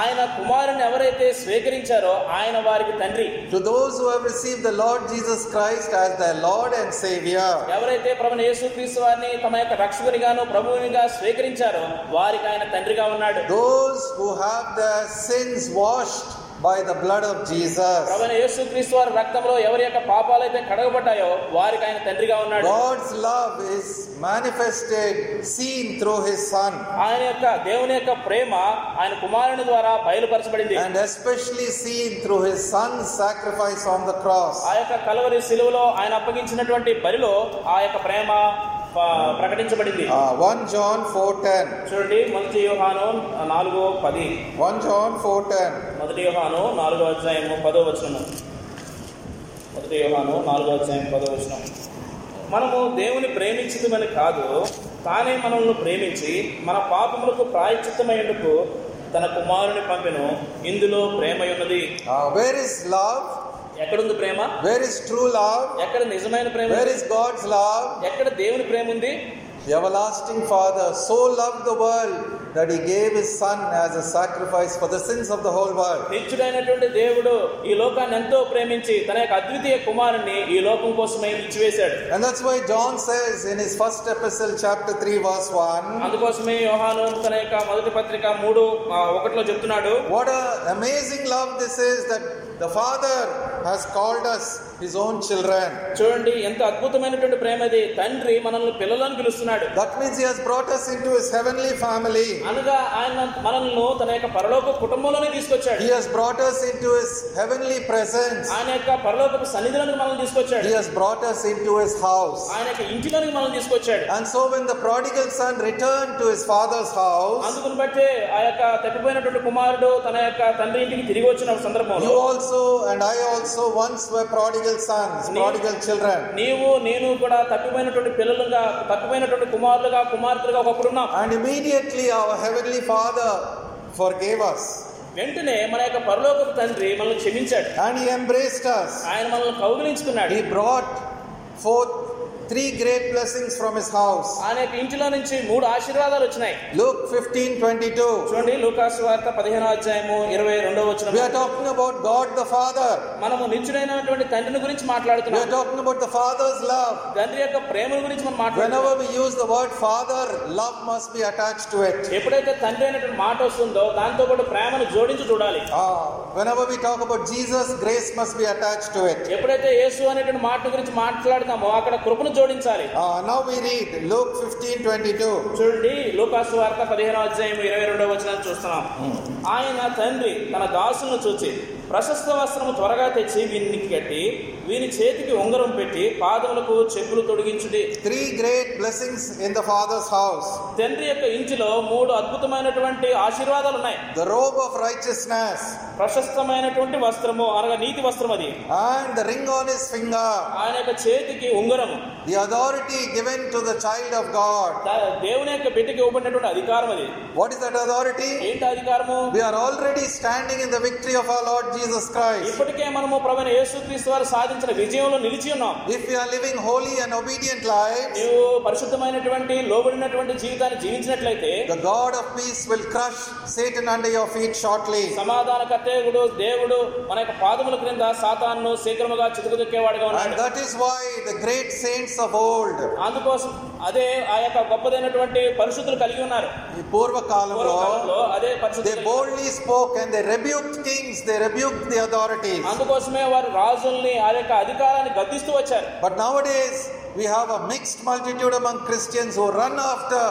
[SPEAKER 2] ఆయన కుమారుని ఎవరైతే స్వీకరించారో ఆయన వారికి తండ్రి
[SPEAKER 1] To those who have received the Lord Jesus Christ as their Lord and Savior.
[SPEAKER 2] ఎవరైతే ప్రభుని యేసుక్రీస్తు వారిని తమ యొక్క రక్షకునిగాను ప్రభువునిగా స్వీకరించారో వారికి ఆయన తండ్రిగా ఉన్నాడు
[SPEAKER 1] Those who have their sins washed by the blood of Jesus.
[SPEAKER 2] ప్రభుని యేసుక్రీస్తు వారి రక్తంలో ఎవరి యొక్క పాపాలు అయితే కడగబడ్డాయో వారికి ఆయన తండ్రిగా ఉన్నాడు
[SPEAKER 1] God's love is manifested, seen through His Son,
[SPEAKER 2] ఆయన యొక్క దేవుని యొక్క ప్రేమ ఆయన కుమారుని ద్వారా బయలుపరచబడింది
[SPEAKER 1] and especially seen through His Son's sacrifice on the cross.
[SPEAKER 2] ఆ యొక్క కలవరి శిలువలో ఆయన అప్పగించినటువంటి బలిలో ఆ యొక్క ప్రేమ ఆ, ప్రకటించబడింది
[SPEAKER 1] Uh, 1 John 4:10.
[SPEAKER 2] చూడండి మొదటి యోహాను నాలుగో పది
[SPEAKER 1] 1 John 4:10.
[SPEAKER 2] మొదటి యోహాను నాలుగో అధ్యాయము పదో వచనము మొదటి యోహాను నాలుగో అధ్యాయం పదో వచనం మనము దేవుని ప్రేమించదమని కాదు తానే మనల్ని ప్రేమించి మన పాపములకు ప్రాయచిత్తమైనకు తన కుమారుని పంపెను ఇందులో ప్రేమ ఉన్నది
[SPEAKER 1] Uh, where is love?
[SPEAKER 2] ఎక్కడుంది ప్రేమ
[SPEAKER 1] Where is true love?
[SPEAKER 2] ఎక్కడ నిజమైన ప్రేమ
[SPEAKER 1] Where
[SPEAKER 2] ఉంది?
[SPEAKER 1] is God's love?
[SPEAKER 2] ఎక్కడ దేవుని ప్రేమ ఉంది
[SPEAKER 1] The everlasting Father so loved the world that He gave His Son as a sacrifice for the sins of the whole world.
[SPEAKER 2] నిత్యుడైనటువంటి దేవుడు ఈ లోకాన్ని ఎంతో ప్రేమించి తన యొక్క అద్వితీయ కుమారుణ్ణి ఈ లోకం కోసమై ఇచ్చివేశాడు
[SPEAKER 1] And that's why John says in his first epistle, chapter 3, verse 1,
[SPEAKER 2] అందుకోసమే యోహాను తన యొక్క మొదటి పత్రిక మూడు ఆ, ఒకటిలో చెప్తున్నాడు
[SPEAKER 1] What an amazing love this is that the Father has called us his own children.
[SPEAKER 2] చూడండి ఎంత అద్భుతమైనటువంటి ప్రేమ ఇది తండ్రి మనల్ని పిల్లలను పిలుస్తున్నాడు
[SPEAKER 1] That means he has brought us into his heavenly family.
[SPEAKER 2] అనగా ఆయన మనల్ని తన యొక్క పరలోక కుటుంబంలోనే తీసుకొచ్చాడు
[SPEAKER 1] He has brought us into his heavenly presence.
[SPEAKER 2] ఆయన యొక్క పరలోకపు సన్నిధిలోనికి మనల్ని తీసుకొచ్చాడు
[SPEAKER 1] He has brought us into his house.
[SPEAKER 2] ఆయన యొక్క ఇంటిలోనికి మనల్ని తీసుకొచ్చాడు
[SPEAKER 1] And so when the prodigal son returned to his father's house,
[SPEAKER 2] అందుకుని బట్టి ఆ యొక్క తప్పిపోయినటువంటి కుమారుడు తన యొక్క తండ్రి ఇంటికి తిరిగి వచ్చిన
[SPEAKER 1] you
[SPEAKER 2] సందర్భంలో
[SPEAKER 1] also and I also once were prodigal sons, prodigal children.
[SPEAKER 2] నీవు నేను కూడా తప్పిపోయినటువంటి పిల్లలుగా తప్పిపోయినటువంటి కుమారులుగా కుమార్తెలుగా ఒకప్పుడు ఉన్నాం
[SPEAKER 1] And immediately our heavenly father forgave us
[SPEAKER 2] వెంటనే మన యొక్క పరలోకపు తండ్రి మనల్ని క్షమించాడు
[SPEAKER 1] and he embraced us.
[SPEAKER 2] ఆయన మనల్ని కౌగిలించుకున్నాడు
[SPEAKER 1] He brought forth three great blessings from his house.
[SPEAKER 2] ఆయన యొక్క ఇంటిలో నుంచి మూడు ఆశీర్వాదాలు వచ్చినాయి
[SPEAKER 1] Luke 15 22.
[SPEAKER 2] చూడండి లూకాసు వార్త పదిహేనో అధ్యాయము ఇరవై రెండో
[SPEAKER 1] We are
[SPEAKER 2] వచ్చిన
[SPEAKER 1] talking about God the Father.
[SPEAKER 2] మనము నిత్యుడైనటువంటి తండ్రిని గురించి
[SPEAKER 1] We are
[SPEAKER 2] మాట్లాడుతున్నాం
[SPEAKER 1] talking about the Father's love.
[SPEAKER 2] తండ్రి యొక్క ప్రేమను గురించి మనం మాట్లాడుతున్నాం
[SPEAKER 1] Whenever we use the word Father, love must be attached to it.
[SPEAKER 2] ఎప్పుడైతే తండ్రి అనేటువంటి మాట వస్తుందో దాంతో పాటు ప్రేమను జోడించి చూడాలి
[SPEAKER 1] Ah, whenever we talk about Jesus, grace must be attached to it.
[SPEAKER 2] ఎప్పుడైతే యేసు అనేటువంటి మాట గురించి మాట్లాడతామో అక్కడ కృపను జోడించాలి
[SPEAKER 1] Ah, now we read Luke 15 22.
[SPEAKER 2] చూడండి లూకాసు వార్త పదిహేనో అధ్యాయం ఇరవై రెండో వచనాన్ని చూస్తున్నాం ఆయన తండ్రి తన దాసులను చూచి ప్రశస్త వస్త్రము త్వరగా తెచ్చి వీనికి కట్టి వీని చేతికి ఉంగరం పెట్టి పాదములకు చెప్పులు తొడిగించుడి
[SPEAKER 1] Three great blessings in the Father's house
[SPEAKER 2] తండ్రి యొక్క ఇంటిలో మూడు అద్భుతమైనటువంటి ఆశీర్వాదాలు ఉన్నాయి
[SPEAKER 1] the robe of righteousness
[SPEAKER 2] ప్రశస్తమైనటువంటి వస్త్రము అనగా నీతి వస్త్రం అది
[SPEAKER 1] and the ring on his finger,
[SPEAKER 2] ఆయన యొక్క చేతికి ఉంగరము
[SPEAKER 1] the authority given to the child of God.
[SPEAKER 2] దా- దేవుని యొక్క బిడ్డకి ఇవ్వబడినటువంటి అధికారం అది
[SPEAKER 1] What is that authority?
[SPEAKER 2] ఏంటి అధికారము
[SPEAKER 1] We are already standing in the victory of our Lord Jesus Christ.
[SPEAKER 2] ఇప్పటికే మనము ప్రవీణ యేసుక్రీస్తు వారు సాధించిన విజయంలో నిలిచి ఉన్నాం
[SPEAKER 1] If we are living holy and obedient lives,
[SPEAKER 2] నీవు పరిశుద్ధమైనటువంటి లోబడినటువంటి జీవితాన్ని జీవించినట్లయితే
[SPEAKER 1] The God of peace will crush Satan under your feet shortly.
[SPEAKER 2] సమాధానకర్తయుడు దేవుడు మన యొక్క పాదముల క్రింద సాతాన్ను శీఘ్రముగా చితుకుదొక్కేవాడుగా
[SPEAKER 1] And
[SPEAKER 2] ఉన్నాడు
[SPEAKER 1] that is why the great saints of old,
[SPEAKER 2] అందుకోసం అదే ఆ యొక్క గొప్పదైనటువంటి పరిశుద్ధులు కలిగి ఉన్నారు
[SPEAKER 1] ఈ పూర్వకాలంలో,
[SPEAKER 2] పూర్వకాలంలో అదే పరిశుద్ధులు
[SPEAKER 1] they
[SPEAKER 2] కలిగి ఉన్నారు.
[SPEAKER 1] boldly spoke and they rebuked kings, they rebuked the authorities.
[SPEAKER 2] అందుకోసమే వారు రాజుల్ని ఆ యొక్క అధికారాన్ని గద్దిస్తూ వచ్చారు
[SPEAKER 1] But nowadays, we have a mixed multitude among Christians who run after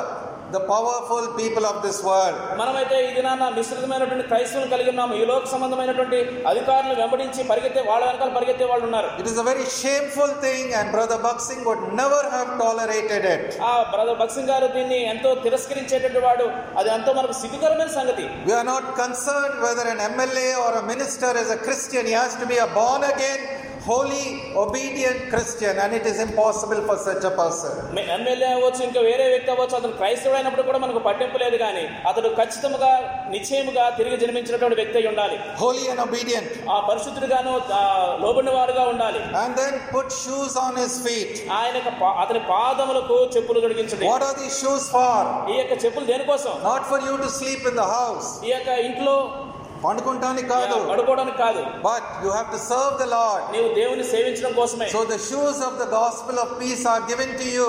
[SPEAKER 1] the powerful people of this world.
[SPEAKER 2] మనమైతే ఈ దినాన మిశ్రితమైనటువంటి క్రైస్తవులు కలిగి ఉన్నాము ఈ లోక సంబంధమైనటువంటి అధికారులు వెంబడించి పరిగెత్తే వాళ్ళ వెనకాల పరిగెత్తే వాళ్ళు ఉన్నారు
[SPEAKER 1] It is a very shameful thing, and Brother Buxing would never have tolerated it.
[SPEAKER 2] ఆ బ్రదర్ బక్సింగ్ గారు దీన్ని ఎంతో తిరస్కరించేటువంటి వాడు అది ఎంతో మనకు సిగ్గుకరమైన సంగతి
[SPEAKER 1] We are not concerned whether an MLA or a minister is a Christian. He has to be a born again, holy, obedient Christian, and it is impossible for such a person.
[SPEAKER 2] మే- MLA అవ్వచ్చు ఇంకా వేరే వ్యక్తి అవ్వచ్చు అతను క్రైస్తవుడు అయినప్పుడు కూడా మనకు పట్టింపు లేదు కానీ అతడు ఖచ్చితంగా నిశ్చయముగా తిరిగి జన్మించినటువంటి వ్యక్తి అయి ఉండాలి
[SPEAKER 1] Holy and obedient.
[SPEAKER 2] ఆ పరిశుద్ధుడుగాను ఆ లోబడిన వాడుగా ఉండాలి
[SPEAKER 1] And then put shoes on his feet.
[SPEAKER 2] ఆయన యొక్క పా- అతని పాదములకు చెప్పులు తొడిగించండి
[SPEAKER 1] What are these shoes for?
[SPEAKER 2] ఈ యొక్క చెప్పులు దేనికోసం
[SPEAKER 1] Not for you to sleep in the house.
[SPEAKER 2] ఈ యొక్క ఇంట్లో
[SPEAKER 1] పండుకుంటానికి కాదు.
[SPEAKER 2] పడుకోవడానికి కాదు
[SPEAKER 1] But you have to serve the Lord.
[SPEAKER 2] నీవు దేవుని సేవించడం కోసమే
[SPEAKER 1] So the shoes of the gospel of peace are given to you.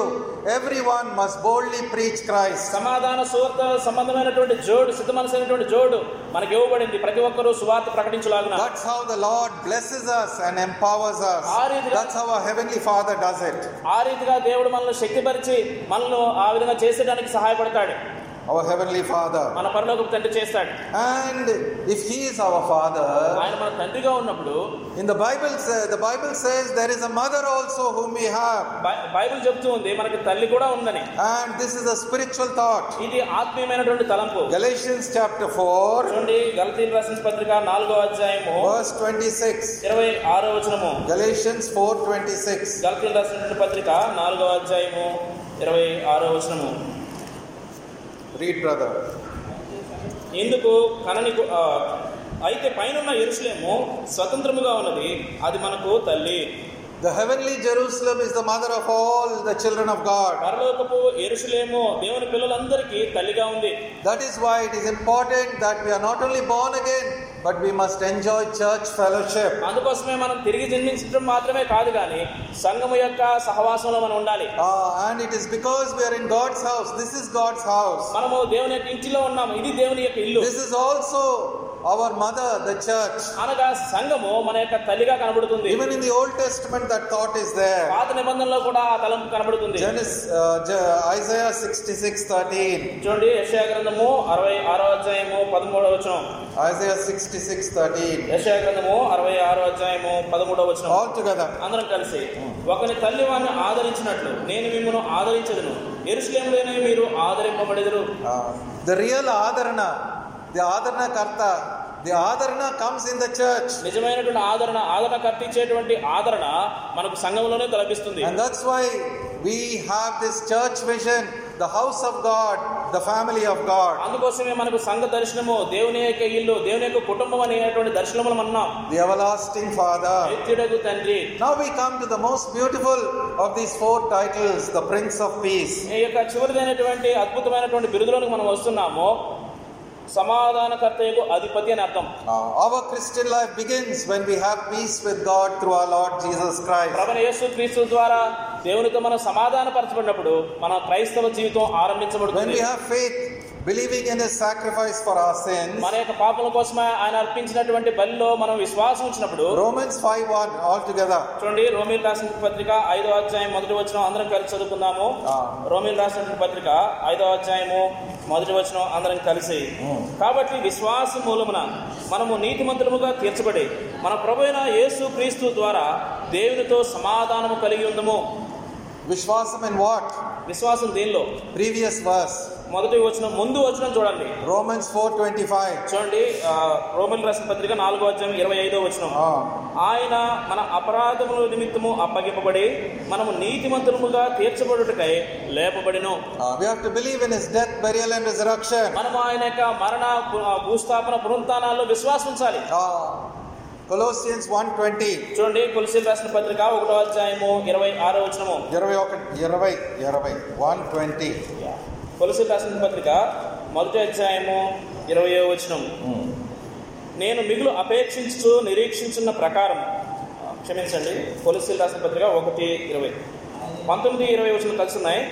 [SPEAKER 1] Everyone must boldly preach Christ.
[SPEAKER 2] సమాధాన సువార్త సంబంధమైనటువంటి జోడు సిద్ధ మనసైనటువంటి జోడు మనకి ఇవ్వబడింది ప్రతి ఒక్కరూ సువార్త ప్రకటించలాగిన
[SPEAKER 1] That's how the Lord blesses us and empowers us.
[SPEAKER 2] ఆ రీతిగా-
[SPEAKER 1] That's how our Heavenly Father does it.
[SPEAKER 2] ఆ రీతిగా దేవుడు మనల్ని శక్తిపరిచి మనల్ని ఆ విధంగా చేసేయడానికి సహాయపడతాడు
[SPEAKER 1] Our Heavenly Father.
[SPEAKER 2] మన పరలోకపు తండ్రి చేస్తాడు
[SPEAKER 1] And if He is our Father,
[SPEAKER 2] ఆయన మన తండ్రిగా ఉన్నప్పుడు
[SPEAKER 1] in the Bible, sa- the Bible says there is a mother also whom we have.
[SPEAKER 2] బై- బైబిల్ చెప్తూ ఉంది మనకి తల్లి కూడా ఉందని
[SPEAKER 1] And this is a spiritual thought.
[SPEAKER 2] ఇది ఆత్మీయమైనటువంటి తలంపు
[SPEAKER 1] Galatians chapter 4,
[SPEAKER 2] చూడండి గలతీన్ రాసిన పత్రిక నాలుగో అధ్యాయము
[SPEAKER 1] verse 26.
[SPEAKER 2] ఇరవై ఆరో వచనము
[SPEAKER 1] Galatians 4 26.
[SPEAKER 2] గలతీన్ రాసినటువంటి పత్రిక నాలుగో అధ్యాయము ఇరవై ఆరో వచనము
[SPEAKER 1] Read, brother.
[SPEAKER 2] ఎందుకు కనని ఆ, అయితే పైనున్న ఎరుసలేము స్వతంత్రముగా ఉన్నది అది మనకు తల్లి
[SPEAKER 1] The heavenly Jerusalem is the mother of all the children of God.
[SPEAKER 2] పరలోకపు ఎరుసలేము దేవుని పిల్లలందరికీ తల్లిగా ఉంది
[SPEAKER 1] That is why it is important that we are not only born again, but we must enjoy church fellowship.
[SPEAKER 2] అందుకోసమే మనం తిరిగి జన్మించడం మాత్రమే కాదు కానీ సంఘము యొక్క సహవాసంలో మనం ఉండాలి
[SPEAKER 1] Ah, and it is because we are in God's house. This is God's house.
[SPEAKER 2] మనము దేవుని యొక్క ఇంటిలో ఉన్నాము ఇది దేవుని యొక్క ఇల్లు
[SPEAKER 1] This is also our mother, the church.
[SPEAKER 2] అనగా సంఘము మన యొక్క తల్లిగా కనబడుతుంది
[SPEAKER 1] Even in the Old Testament, that thought is there.
[SPEAKER 2] పాత నిబంధనలో కూడా ఆ తలంపు కనబడుతుంది
[SPEAKER 1] Genesis, uh, Je- Isaiah 66 13.
[SPEAKER 2] చూడండి యశయా గ్రంథము అరవై ఆరో అధ్యాయము పదమూడవ వచనం
[SPEAKER 1] Isaiah 66 13.
[SPEAKER 2] యశయా గ్రంథము అరవై ఆరో అధ్యాయము పదమూడవ వచనం
[SPEAKER 1] All together.
[SPEAKER 2] అందరం కలిసి ఒకని తల్లి వారిని ఆదరించినట్లు నేను మిమ్మల్ని ఆదరించదును ఎరుసలేములోనే మీరు ఆదరింపబడెదరు
[SPEAKER 1] Uh, the real Adharana, the Adharana Karta, the Adharana comes in the church.
[SPEAKER 2] నిజమైనటువంటి ఆదరణ ఆదరణ కట్టించేటువంటి ఆదరణ మనకు సంఘంలోనే తలపిస్తుంది
[SPEAKER 1] And that's why we have this church vision, the house of God, the family of God.
[SPEAKER 2] అందుకోసమే మనకు సంఘ దర్శనము దేవుని యొక్క ఇల్లు దేవుని యొక్క కుటుంబం అనేటువంటి దర్శనములు మనం అన్నాం
[SPEAKER 1] the everlasting Father.
[SPEAKER 2] నిత్యుడగు తండ్రి
[SPEAKER 1] Now we come to the most beautiful of these four titles, the Prince of Peace.
[SPEAKER 2] ఈ యొక్క చివరిదైనటువంటి అద్భుతమైనటువంటి బిరుదులోనికి మనం వస్తున్నాము సమాధానకర్తయ్యకు అధిపతి అని అర్థం
[SPEAKER 1] Now, Uh, our Christian life begins when we have peace with God through our Lord Jesus Christ.
[SPEAKER 2] ప్రభు యేసు క్రీస్తు ద్వారా దేవునితో మనం సమాధానపరచబడినప్పుడు మన క్రైస్తవ జీవితం
[SPEAKER 1] When
[SPEAKER 2] ఆరంభించబడుతుంది
[SPEAKER 1] we have faith, believing in His sacrifice for our sins.
[SPEAKER 2] మన యొక్క పాపల కోసమే ఆయన అర్పించినటువంటి బలిలో మనం విశ్వాసం ఉంచినప్పుడు
[SPEAKER 1] Romans 5 1 altogether.
[SPEAKER 2] చూడండి రోమిల్ రాసిన పత్రిక ఐదో అధ్యాయం మొదటి వచనం అందరం కలిసి చదువుకుందాము
[SPEAKER 1] ఆ.
[SPEAKER 2] రోమిల్ రాసిన పత్రిక ఐదో అధ్యాయము మొదటి వచనం అందరం కలిసి కాబట్టి విశ్వాస మూలమున మనము నీతిమంతులముగా తీర్చబడి మన ప్రభువైన యేసు క్రీస్తు ద్వారా దేవునితో సమాధానము కలిగి ఉందము
[SPEAKER 1] Vishwasam in what?
[SPEAKER 2] విశ్వాసం దేనిలో
[SPEAKER 1] Previous verse.
[SPEAKER 2] మొదటి వచనం ముందు వచనం చూడండి
[SPEAKER 1] Romans 4 25.
[SPEAKER 2] చూడండి ఆ, రోమిల్ రాసిన పత్రిక నాలుగో అధ్యాయం ఇరవై ఐదో వచనం
[SPEAKER 1] Ah.
[SPEAKER 2] ఆయన మన అపరాధముల నిమిత్తము అప్పగింపబడి మనము నీతిమంతులముగా తీర్చబడుటకై లేపబడిను
[SPEAKER 1] Ah, we have to believe in His death, burial, and resurrection.
[SPEAKER 2] మనము ఆయన యొక్క మరణ పు- ఆ, భూస్థాపన పునరుత్నాల్లో విశ్వాసించాలి
[SPEAKER 1] Ah. Colossians 1 20.
[SPEAKER 2] చూడండి తులసి రాసిన పత్రిక ఒకటో అధ్యాయము ఇరవై ఆరో వచనము
[SPEAKER 1] ఇరవై ఒకటి ఇరవై ఇరవై వన్ ట్వంటీ
[SPEAKER 2] తులసి రాసిన పత్రిక మొదటి అధ్యాయము ఇరవై వచనం
[SPEAKER 1] Hmm.
[SPEAKER 2] నేను మిగులు అపేక్షించు నిరీక్షించున్న ప్రకారం క్షమించండి పోలీసులు రాసిన పత్రిక ఒకటి ఇరవై పంతొమ్మిది ఇరవై వచ్చిన కలిసి ఉన్నాయి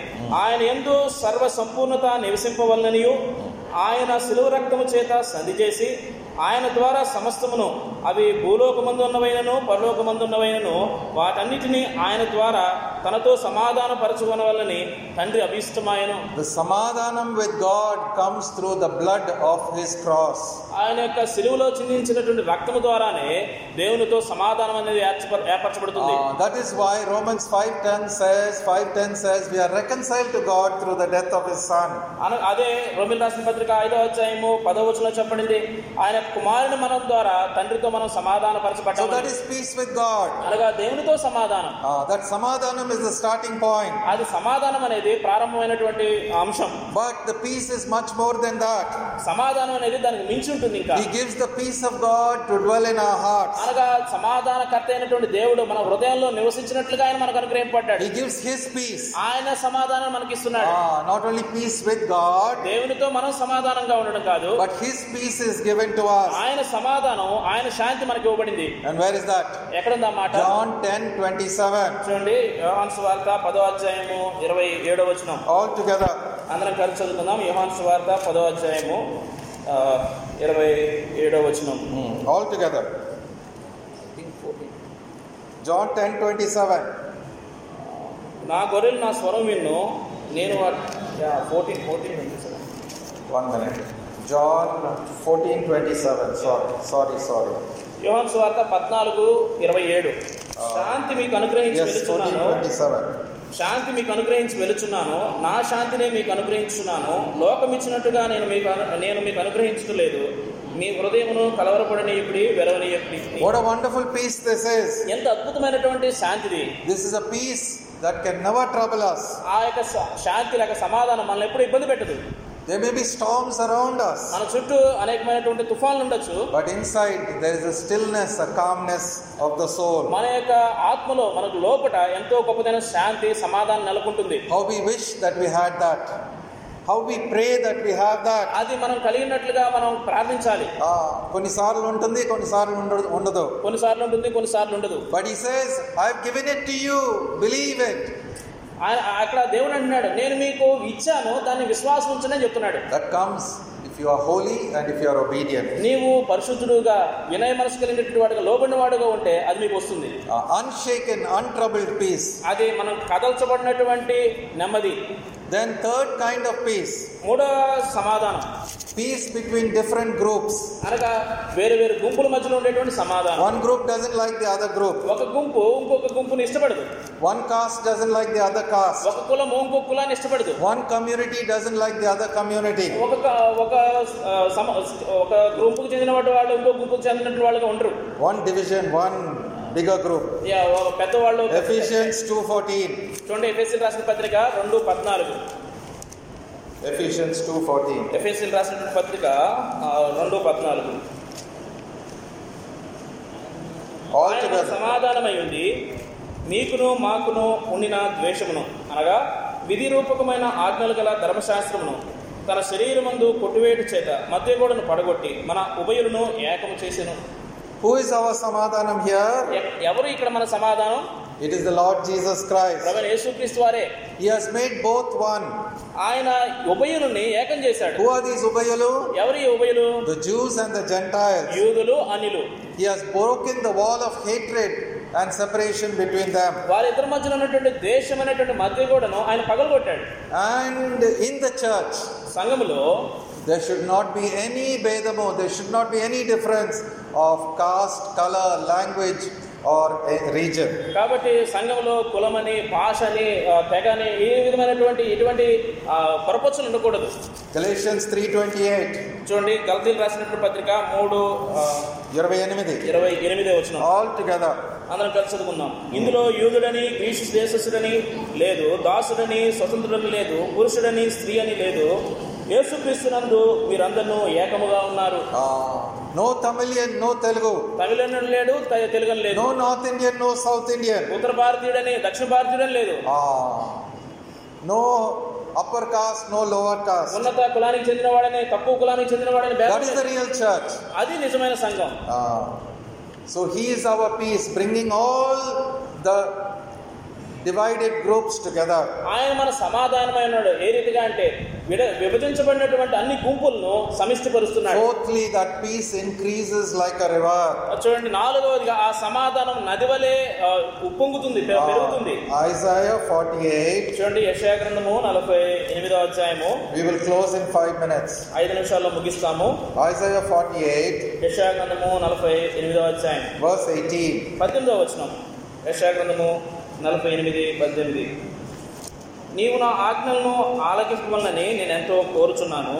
[SPEAKER 2] ఆయన ఎందు సర్వ సంపూర్ణత నివసింపవలననియు ఆయన సిలువ రక్తము చేత సంధి చేసి ఆయన ద్వారా సమస్తమును అవి భూలోకమందున్నవైనను పరలోకమందున్నవైనను వాటన్నిటినీ ఆయన ద్వారా తనతో సమాధానపరచుకొనవలని తండ్రి అభీష్టమాయను
[SPEAKER 1] The సమాధానం with God comes through the blood of his cross.
[SPEAKER 2] ఆయన యొక్క సిలువలో చిందించినటువంటి రక్తము ద్వారానే దేవునితో సమాధానం అనేది ఏర్చ- ఏర్పరచబడుతుంది
[SPEAKER 1] Ah, that is why Romans 5:10 says 5:10 says we are reconciled to God through the death of his son.
[SPEAKER 2] అన అదే రోమిల్ రాసిన పత్రిక ఐదో అధ్యాయము పదో వచనంలో చెప్పబడింది ఆయన కుమారుని మనం ద్వారా తండ్రితో మనం సమాధాన
[SPEAKER 1] So that
[SPEAKER 2] పరచబడ్డాము
[SPEAKER 1] is peace with God.
[SPEAKER 2] అనగా దేవునితో సమాధానం
[SPEAKER 1] Ah, that సమాధానం is the starting point.
[SPEAKER 2] అది సమాధానం అనేది ప్రారంభమైనటువంటి అంశం
[SPEAKER 1] But the peace is much more than that.
[SPEAKER 2] సమాధానం అనేది దానికి మించి ఉంటుంది ఇంకా
[SPEAKER 1] He gives the peace of God to dwell in our hearts.
[SPEAKER 2] అనగా సమాధానకర్త అయినటువంటి దేవుడు మన హృదయంలో నివసించినట్లుగా ఆయన మనకు అనుగ్రహింపడ్డాడు
[SPEAKER 1] He gives his peace.
[SPEAKER 2] ఆయన సమాధానం మనకిస్తున్నాడు
[SPEAKER 1] Ah, not only peace with God,
[SPEAKER 2] దేవునితో మనం సమాధానంగా ఉండడం కాదు
[SPEAKER 1] But His peace is given to us.
[SPEAKER 2] ఆయన సమాధానం ఆయన శాంతి మనకి ఇవ్వబడింది
[SPEAKER 1] And where is that?
[SPEAKER 2] ఎక్కడుందా మాట
[SPEAKER 1] John 10 27.
[SPEAKER 2] చూడండి యోహాన్ సువార్త పదో అధ్యాయము ఇరవై ఏడో వచనం
[SPEAKER 1] All together.
[SPEAKER 2] అందరం కలిసి చదువుకుందాం యోహాన్ సువార్త పదో అధ్యాయము ఆ, ఇరవై ఏడో వచనం
[SPEAKER 1] All together. John 10 27.
[SPEAKER 2] నా గొర్రెలు నా స్వరం విన్ను నేను fourteen fourteen
[SPEAKER 1] One minute. John 14 27. Sorry, sorry, sorry.
[SPEAKER 2] యోహాన్ సువార్త పద్నాలుగు ఇరవై ఏడు
[SPEAKER 1] ఆ.
[SPEAKER 2] శాంతి మీకు అనుగ్రహించి
[SPEAKER 1] Yes, 14
[SPEAKER 2] వెలుచున్నాను
[SPEAKER 1] 27.
[SPEAKER 2] శాంతి మీకు అనుగ్రహించి వెలుచున్నాను నా శాంతినే మీకు అనుగ్రహించున్నాను లోకం ఇచ్చినట్టుగా నేను మీకు అను- నేను మీకు అనుగ్రహించడం లేదు మీ హృదయమును కలవరపడని ఇప్పుడు వెరవని
[SPEAKER 1] What a wonderful peace this is.
[SPEAKER 2] ఎంత అద్భుతమైనటువంటి శాంతిది
[SPEAKER 1] This is a peace that can never trouble us.
[SPEAKER 2] ఆ యొక్క శా- శాంతి లేక సమాధానం మనల్ని ఎప్పుడు ఇబ్బంది పెట్టదు
[SPEAKER 1] There may be storms around us,
[SPEAKER 2] మన చుట్టూ అనేకమైనటువంటి తుఫాన్లు ఉండొచ్చు
[SPEAKER 1] but inside there is a stillness, a calmness of the soul.
[SPEAKER 2] మన యొక్క ఆత్మలో మనకు లోపట ఎంతో గొప్పదైన శాంతి సమాధానం నెలకొంటుంది
[SPEAKER 1] How we wish that we had that. How we pray that we have that.
[SPEAKER 2] అది మనం కలిగినట్లుగా మనం ప్రార్థించాలి
[SPEAKER 1] Ah, కొన్నిసార్లు ఉంటుంది కొన్నిసార్లు ఉండ- ఉండదు
[SPEAKER 2] కొన్నిసార్లు ఉంటుంది కొన్నిసార్లు ఉండదు
[SPEAKER 1] but he says I given it to you believe it
[SPEAKER 2] ఆయన అక్కడ దేవుడు అంటున్నాడు నేను మీకు ఇచ్చాను దాన్ని విశ్వాసం ఉంచని చెప్తున్నాడు
[SPEAKER 1] that comes if you are holy and if you are obedient.
[SPEAKER 2] నీవు పరిశుద్ధుడుగా వినయ మనసు కలిగినటువంటి వాడుగా లోబడిన వాడుగా ఉంటే అది మీకు వస్తుంది
[SPEAKER 1] Uh, unshaken, untroubled peace.
[SPEAKER 2] అది మనం కదల్చబడినటువంటి నెమ్మది
[SPEAKER 1] Then, third kind of peace
[SPEAKER 2] మూడవ సమాధానం
[SPEAKER 1] peace between different groups.
[SPEAKER 2] అనగా వేరు వేరు గుంపుల మధ్యలో ఉండేటువంటి సమాధానం
[SPEAKER 1] One group doesn't like the other group,
[SPEAKER 2] ఒక గుంపు ఇంకొక గుంపుని ఇష్టపడదు
[SPEAKER 1] one caste doesn't like the other caste,
[SPEAKER 2] ఒక కులం ఇంకొక కులాన్ని ఇష్టపడదు
[SPEAKER 1] one community doesn't like the other community.
[SPEAKER 2] ఒక ఒక ఆ, సమ ఒక గుంపుకు చెందిన వాళ్ళు ఇంకో గుంపుకు చెందినటువంటి వాళ్ళుగా ఉండరు
[SPEAKER 1] One division, one bigger group.
[SPEAKER 2] Yeah, ఒక పెద్దవాళ్ళు
[SPEAKER 1] Ephesians 2:14.
[SPEAKER 2] చూడండి ఎఫ్ఎస్ఎల్ రాసిన పత్రిక రెండు పద్నాలుగు
[SPEAKER 1] Ephesians 2:14.
[SPEAKER 2] ఎఫ్ఎస్ఎల్ రాసినటువంటి పత్రిక ఆ, రెండు పద్నాలుగు ఆయన
[SPEAKER 1] Altogether.
[SPEAKER 2] సమాధానమై ఉంది మీకును మాకును ఉండిన ద్వేషమును అనగా విధి రూపకమైన ఆజ్ఞలు గల ధర్మశాస్త్రమును తన శరీరమందు కొట్టువేటు చేత మధ్యగోడను పడగొట్టి మన ఉభయులను ఏకము చేసెను
[SPEAKER 1] Who is our Samadhanam here?
[SPEAKER 2] ఎ- ఎవరు ఇక్కడ మన సమాధానం
[SPEAKER 1] It is the Lord Jesus Christ.
[SPEAKER 2] ప్రభు యేసుక్రీస్తు వారే
[SPEAKER 1] He has made both one.
[SPEAKER 2] ఆయన ఉభయులని ఏకం చేశాడు
[SPEAKER 1] Who are these Ubayulu?
[SPEAKER 2] ఎవరు ఈ ఉభయులు
[SPEAKER 1] The Jews and the Gentiles.
[SPEAKER 2] యూదులు Anil
[SPEAKER 1] He has broken the wall of hatred and separation between them.
[SPEAKER 2] వారిద్దరి మధ్యలో ఉన్నటువంటి దేశం అనేటువంటి మధ్య కూడాను ఆయన పగలగొట్టాడు
[SPEAKER 1] And in the church,
[SPEAKER 2] సంఘములో
[SPEAKER 1] there should not be any Bedamo, there should not be any difference of caste, color, language, or a region.
[SPEAKER 2] కాబట్టి సంఘంలో కులమని భాషని ఆ, తెగని ఏ విధమైనటువంటి ఎటువంటి ఆ, పొరపచ్చులు ఉండకూడదు
[SPEAKER 1] Galatians 3:28.
[SPEAKER 2] చూడండి గల్తీలు రాసినటువంటి పత్రిక మూడు ఆ,
[SPEAKER 1] ఇరవై ఎనిమిది
[SPEAKER 2] ఇరవై ఎనిమిదే వచ్చిన
[SPEAKER 1] ఆల్ టుగెదర్
[SPEAKER 2] అందరం కలిసి చదువుకుందాం ఇందులో యూదుడని గ్రీసు దేశస్థుడని లేదు దాసుడని స్వతంత్రుడని లేదు పురుషుడని స్త్రీ అని లేదు యేసుక్రీస్తునందు మీరందరూ ఏకముగా ఉన్నారు
[SPEAKER 1] Ah, no Tamilian no Telugu
[SPEAKER 2] తమిళనుడు లేడు త- తెలుగని లేదు
[SPEAKER 1] no north Indian no south Indian
[SPEAKER 2] ఉత్తర భారతీయుడని దక్షిణ భారతీయుడని లేదు
[SPEAKER 1] Ah, no upper caste no lower caste
[SPEAKER 2] ఉన్నత కులానికి చెందినవాడని తక్కువ కులానికి చెందినవాడని భేదం
[SPEAKER 1] దట్ ఇస్ ద
[SPEAKER 2] లేదు.
[SPEAKER 1] రియల్ చర్చ్
[SPEAKER 2] అది నిజమైన సంఘం
[SPEAKER 1] Ah, so he is our peace bringing all the divided groups together
[SPEAKER 2] ఆయన మన సమాధానమై ఉన్నాడు ఏ రీతిగా అంటే విడ విభజించబడినటువంటి అన్ని గుంపులను సమిష్టిపరుస్తున్నాడు
[SPEAKER 1] fourthly that peace increases like a river
[SPEAKER 2] చూడండి నాలుగవదిగా ఆ సమాధానం నదివలే ఆ, ఉప్పొంగుతుంది
[SPEAKER 1] Ah.
[SPEAKER 2] పె- పెరుగుతుంది
[SPEAKER 1] ఐజాయా ఫార్టీ ఎయిట్
[SPEAKER 2] చూడండి యశయా గ్రంథము నలభై ఎనిమిదో అధ్యాయము
[SPEAKER 1] we will close in five minutes
[SPEAKER 2] ఐదు నిమిషాల్లో ముగిస్తాము
[SPEAKER 1] ఐజాయా ఫార్టీ ఎయిట్
[SPEAKER 2] యశయా గ్రంథము నలభై ఎనిమిదో అధ్యాయం
[SPEAKER 1] వర్స్ ఎయిటీన్
[SPEAKER 2] పద్దెనిమిదో వచనం యశయా గ్రంథము నలభై ఎనిమిది పద్దెనిమిది నీవు నా ఆజ్ఞలను ఆలకించవలనని నేను ఎంతో కోరుచున్నాను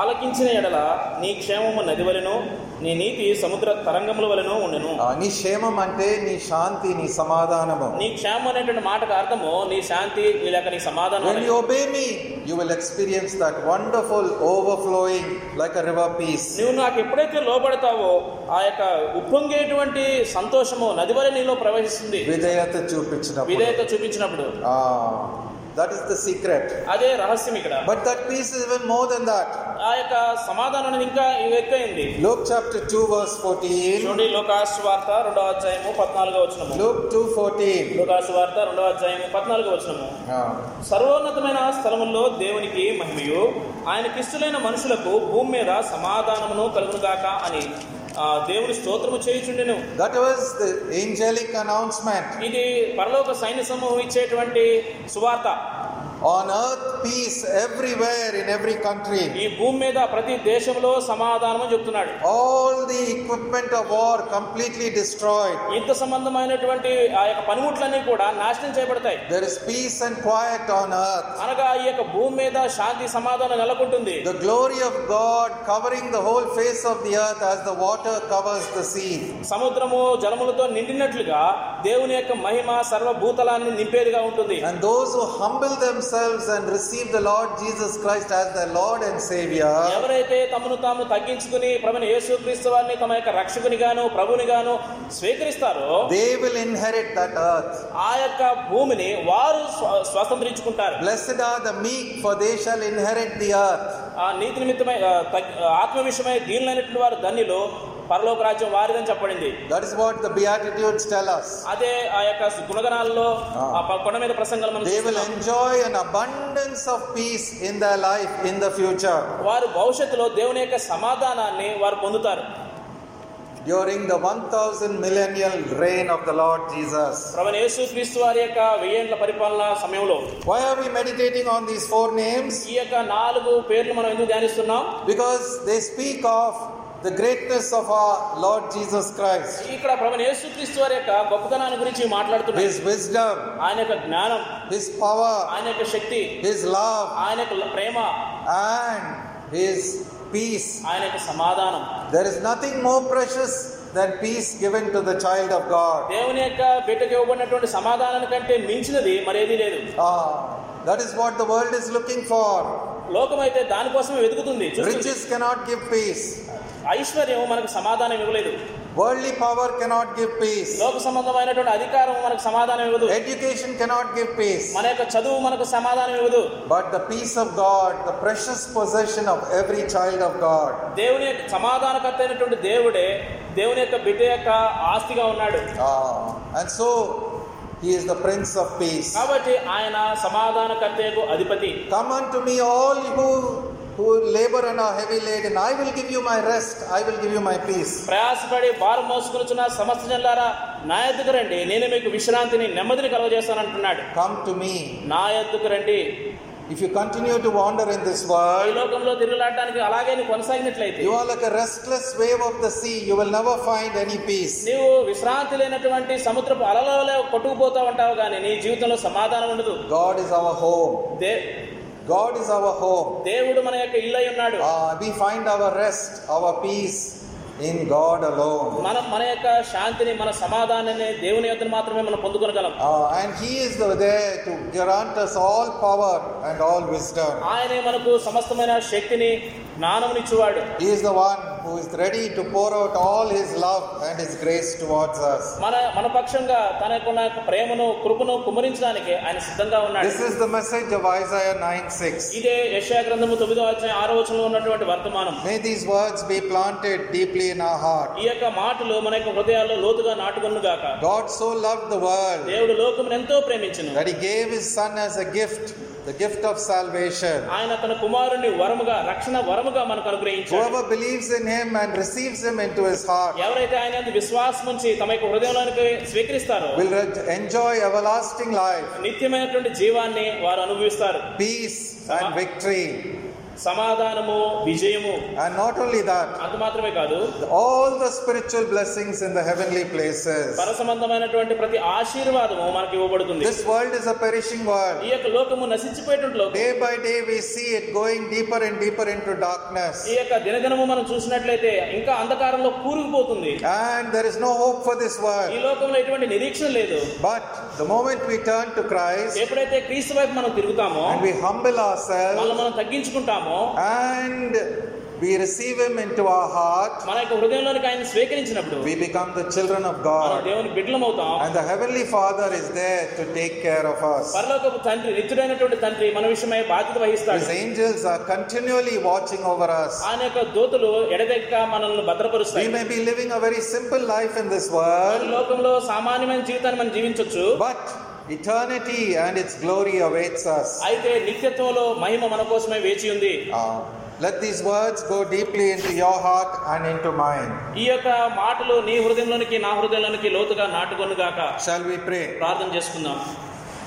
[SPEAKER 2] ఆలకించిన ఎడల నీ క్షేమము నది వలెను నీ నీతి సముద్ర తరంగముల వలెను ఉండెను
[SPEAKER 1] "Ah, నీ క్షేమం అంటే నీ శాంతి నీ సమాధానము
[SPEAKER 2] నీ క్షేమం అనేటువంటి మాటకు అర్థము నీ శాంతి నీ లేక నీ సమాధానం
[SPEAKER 1] When
[SPEAKER 2] అనేది.
[SPEAKER 1] you obey me, you will experience that wonderful overflowing like a river peace.
[SPEAKER 2] నువ్వు నాకు ఎప్పుడైతే లోబడతావో ఆ యొక్క ఉప్పొంగేటువంటి సంతోషము నది వలె నీలో ప్రవేశిస్తుంది
[SPEAKER 1] విధేయత చూపించినప్పుడు Ah,
[SPEAKER 2] విధేయత చూపించినప్పుడు
[SPEAKER 1] దట్ ఈస్ ద సీక్రెట్
[SPEAKER 2] అదే రహస్యం ఇక్కడ
[SPEAKER 1] but that peace is even more than that
[SPEAKER 2] ఆ యొక్క సమాధానం అనేది ఇంకా ఎక్కువైంది
[SPEAKER 1] లూక్ చాప్టర్ 2 వర్స్ 14
[SPEAKER 2] చూడండి లోకాసు వార్త రెండవ అధ్యాయము పద్నాలుగో వచనము
[SPEAKER 1] లూక్ 2:14
[SPEAKER 2] లోకాసు వార్త రెండవ అధ్యాయము పద్నాలుగో వచనము
[SPEAKER 1] Ah,
[SPEAKER 2] సర్వోన్నతమైన స్థలముల్లో దేవునికి మహిమయు ఆయనకిష్టులైన మనుషులకు భూమి మీద సమాధానమును కలుగునుగాక అని ఆ, దేవుని స్తోత్రము చేయుచుండెను
[SPEAKER 1] that was the angelic announcement
[SPEAKER 2] ఇది పరలోక సైన్య సమూహం ఇచ్చేటువంటి సువార్త
[SPEAKER 1] on earth peace everywhere in every country
[SPEAKER 2] ఈ భూమి మీద ప్రతి దేశంలో సమాధానం చెప్తున్నాడు
[SPEAKER 1] all the equipment of war completely destroyed
[SPEAKER 2] యుద్ధ సంబంధమైనటువంటి ఆ యొక్క పనిముట్లన్నీ కూడా నాశనం చేయబడతాయి
[SPEAKER 1] there is peace and quiet on earth
[SPEAKER 2] అనగా ఈ యొక్క భూమి మీద శాంతి సమాధానం నెలకొంటుంది
[SPEAKER 1] The glory of God covering the whole face of the earth as the water covers the sea.
[SPEAKER 2] సముద్రము జలములతో నిండినట్లుగా దేవుని యొక్క మహిమ సర్వభూతలాన్ని నింపేదిగా ఉంటుంది
[SPEAKER 1] And those who humble themselves and receive the Lord Jesus Christ as their Lord and Savior,
[SPEAKER 2] ఎవరైతే తమను తాము తగ్గించుకుని ప్రభుని యేసుక్రీస్తు వారిని తమ యొక్క రక్షకునిగాను ప్రభునిగాను స్వీకరిస్తారో
[SPEAKER 1] they will inherit that earth.
[SPEAKER 2] ఆ యొక్క భూమిని వారు స్వ- స్వతంత్రించుకుంటారు
[SPEAKER 1] Blessed are the meek, for they shall inherit the earth.
[SPEAKER 2] ఆ నీతి నిమిత్తమై ఆ, తగ్- ఆ, ఆత్మ విషయమై దీనులైనటువంటి వారు ధన్యులు పరలోక రాజ్యం వారిదని చెప్పబడింది
[SPEAKER 1] That is what the Beatitudes tell us.
[SPEAKER 2] అదే ఆ యొక్క గుణగణాల్లో ఆ ప- కొండ మీద ప్రసంగాలు మనం
[SPEAKER 1] They will
[SPEAKER 2] చూస్తున్నాం.
[SPEAKER 1] enjoy an abundance of peace in their life in the future.
[SPEAKER 2] వారు భవిష్యత్తులో దేవుని యొక్క సమాధానాన్ని వారు పొందుతారు
[SPEAKER 1] During the 1000 millennial reign of the Lord Jesus.
[SPEAKER 2] ప్రవణ యేసు క్రీస్తు వారి యొక్క వెయ్యేండ్ల పరిపాలన సమయంలో
[SPEAKER 1] Why are we meditating on these four names?
[SPEAKER 2] ఈ యొక్క నాలుగు పేర్లు మనం ఎందుకు ధ్యానిస్తున్నాం
[SPEAKER 1] Because they speak of the greatness of our Lord Jesus Christ,
[SPEAKER 2] ఇక్కడ ప్రవణ యేసు క్రీస్తు వారి యొక్క గొప్పతనాన్ని గురించి మాట్లాడుతున్నాం
[SPEAKER 1] His wisdom,
[SPEAKER 2] ఆయన యొక్క జ్ఞానం
[SPEAKER 1] His power,
[SPEAKER 2] ఆయన యొక్క శక్తి
[SPEAKER 1] His love,
[SPEAKER 2] ఆయన యొక్క ప్రేమ
[SPEAKER 1] and His peace.
[SPEAKER 2] ఆయన యొక్క సమాధానం
[SPEAKER 1] There is nothing more precious than peace given to the child of God.
[SPEAKER 2] దేవుని యొక్క బిడ్డకు ఇవ్వబడినటువంటి సమాధానం కంటే మించినది మరేదీ లేదు
[SPEAKER 1] Ah, that is what the world is looking for.
[SPEAKER 2] లోకం అయితే దానికోసం వెతుకుతుంది చూస్తుంది.
[SPEAKER 1] Riches cannot give peace.
[SPEAKER 2] ఐశ్వర్యం మనకు సమాధానం ఇవ్వలేదు
[SPEAKER 1] Worldly power cannot give peace.
[SPEAKER 2] లోక సంబంధమైనటువంటి అధికారం మనకు సమాధానం ఇవ్వదు
[SPEAKER 1] Education cannot give peace.
[SPEAKER 2] మన యొక్క చదువు మనకు సమాధానం ఇవ్వదు
[SPEAKER 1] But the peace of God, the precious possession of every child of God.
[SPEAKER 2] దేవుని యొక్క సమాధానకర్త అయినటువంటి దేవుడే దేవుని యొక్క బిడ్డ యొక్క ఆస్తిగా ఉన్నాడు
[SPEAKER 1] Ah, and so he is the Prince of Peace.
[SPEAKER 2] కాబట్టి ఆయన సమాధానకర్తకు అధిపతి
[SPEAKER 1] Come unto me, all who who labor and are heavy laden. I will give you my rest. I will give you my peace.
[SPEAKER 2] ప్రయాసపడి భారం మోసుకొనుచున్న సమస్త జనులారా నా ఎద్దుకు రండి నేను మీకు విశ్రాంతిని నెమ్మదిని కలగజేస్తానంటున్నాడు
[SPEAKER 1] Come to me.
[SPEAKER 2] నా ఎద్దుకు రండి
[SPEAKER 1] If you continue to wander in this
[SPEAKER 2] ఈ
[SPEAKER 1] world,
[SPEAKER 2] లోకంలో తిరుగులాడడానికి అలాగే నువ్వు కొనసాగినట్లయితే
[SPEAKER 1] you are like a restless wave of the sea. You will never find any peace.
[SPEAKER 2] నీవు విశ్రాంతి లేనటువంటి సముద్రపు అలలలో కొట్టుకుపోతా ఉంటావు కానీ నీ జీవితంలో సమాధానం ఉండదు
[SPEAKER 1] God is our home.
[SPEAKER 2] దే
[SPEAKER 1] God is our home.
[SPEAKER 2] దేవుడు మన యొక్క ఇల్లై ఉన్నాడు
[SPEAKER 1] Ah, we find our rest, our peace in God alone.
[SPEAKER 2] మనం మన యొక్క శాంతిని మన సమాధానాన్ని దేవుని యొక్కను మాత్రమే మనం పొందుకోగలం
[SPEAKER 1] Ah, and He is the- there to grant us all power and all wisdom.
[SPEAKER 2] ఆయనే మనకు సమస్తమైన శక్తిని జ్ఞానమునిచ్చేవాడు
[SPEAKER 1] He is the one who is ready to pour out all His love and His grace towards us.
[SPEAKER 2] మన మన పక్షంగా తన యొక్క ఉన్న యొక్క ప్రేమను కృపను కుమరించడానికి ఆయన సిద్ధంగా ఉన్నాడు
[SPEAKER 1] This is the message of Isaiah 9 6.
[SPEAKER 2] ఇదే యెషయా గ్రంథము తొమ్మిదో అధ్యాయం ఆరో వచనంలో ఉన్నటువంటి వర్తమానం
[SPEAKER 1] May these words be planted deeply in our heart.
[SPEAKER 2] ఈ యొక్క మాటలు మన యొక్క హృదయాల్లో లోతుగా నాటుకొను గాక
[SPEAKER 1] God so loved the world
[SPEAKER 2] దేవుడు లోకమును ఎంతో ప్రేమించును
[SPEAKER 1] that He gave His Son as a gift, the gift of salvation.
[SPEAKER 2] ఆయన తన కుమారుని వరముగా రక్షణ వరముగా మనకు అనుగ్రహించాడు
[SPEAKER 1] Whoever believes in Him and receives Him into his heart
[SPEAKER 2] ఎవరైతే ఆయన యందు విశ్వాసం ఉంచి తమ యొక్క హృదయంలోనికి స్వీకరిస్తారో
[SPEAKER 1] will re- enjoy everlasting life,
[SPEAKER 2] నిత్యమైనటువంటి జీవాన్ని వారు అనుభవిస్తారు
[SPEAKER 1] peace, and victory.
[SPEAKER 2] సమాధానము విజయము
[SPEAKER 1] And not only that,
[SPEAKER 2] అంత మాత్రమే కాదు
[SPEAKER 1] all the spiritual blessings in the heavenly places.
[SPEAKER 2] పర సంబంధమైనటువంటి ప్రతి ఆశీర్వాదము మనకి ఇవ్వబడుతుంది
[SPEAKER 1] This world is a perishing
[SPEAKER 2] ఈ
[SPEAKER 1] world.
[SPEAKER 2] యొక్క లోకము నశించిపోయేటువంటి లోకం
[SPEAKER 1] Day by day, we see it going deeper and deeper into
[SPEAKER 2] ఈ
[SPEAKER 1] darkness.
[SPEAKER 2] యొక్క దినదినము మనం చూసినట్లయితే ఇంకా అంధకారంలో కూరుకుపోతుంది
[SPEAKER 1] And there is no hope for this
[SPEAKER 2] ఈ
[SPEAKER 1] world.
[SPEAKER 2] లోకంలో ఎటువంటి నిరీక్షణ లేదు
[SPEAKER 1] But the moment we turn to Christ
[SPEAKER 2] ఎప్పుడైతే క్రీస్తు వైపు మనం తిరుగుతామో
[SPEAKER 1] and we humble
[SPEAKER 2] మనల్ని
[SPEAKER 1] ourselves
[SPEAKER 2] మనం తగ్గించుకుంటామో
[SPEAKER 1] and we receive Him into our heart,
[SPEAKER 2] మన యొక్క హృదయంలోనికి ఆయన స్వీకరించినప్పుడు
[SPEAKER 1] we become the children of
[SPEAKER 2] మనం
[SPEAKER 1] God.
[SPEAKER 2] దేవుని బిడ్డలం అవుతాం
[SPEAKER 1] And the Heavenly Father is there to take care of us.
[SPEAKER 2] పరలోకపు తండ్రి నిత్యుడైనటువంటి తండ్రి మన విషయమై బాధ్యత
[SPEAKER 1] His
[SPEAKER 2] వహిస్తాడు
[SPEAKER 1] angels are continually watching over us.
[SPEAKER 2] ఆయన యొక్క దూతలు ఎడదెక్క మనల్ని
[SPEAKER 1] We
[SPEAKER 2] భద్రపరుస్తాయి
[SPEAKER 1] may be living a very simple life in this world,
[SPEAKER 2] ఈ లోకంలో సామాన్యమైన జీవితాన్ని మనం జీవించవచ్చు
[SPEAKER 1] but eternity and its glory awaits us.
[SPEAKER 2] అయితే నిత్యత్వంలో మహిమ మన కోసమే వేచి ఉంది
[SPEAKER 1] Uh, let these words go deeply into your heart and into mine.
[SPEAKER 2] ఈ యొక్క మాటలు నీ హృదయంలోనికి నా హృదయంలోనికి లోతుగా నాటుకొనుగాక
[SPEAKER 1] Shall we pray?
[SPEAKER 2] ప్రార్థన చేసుకుందాం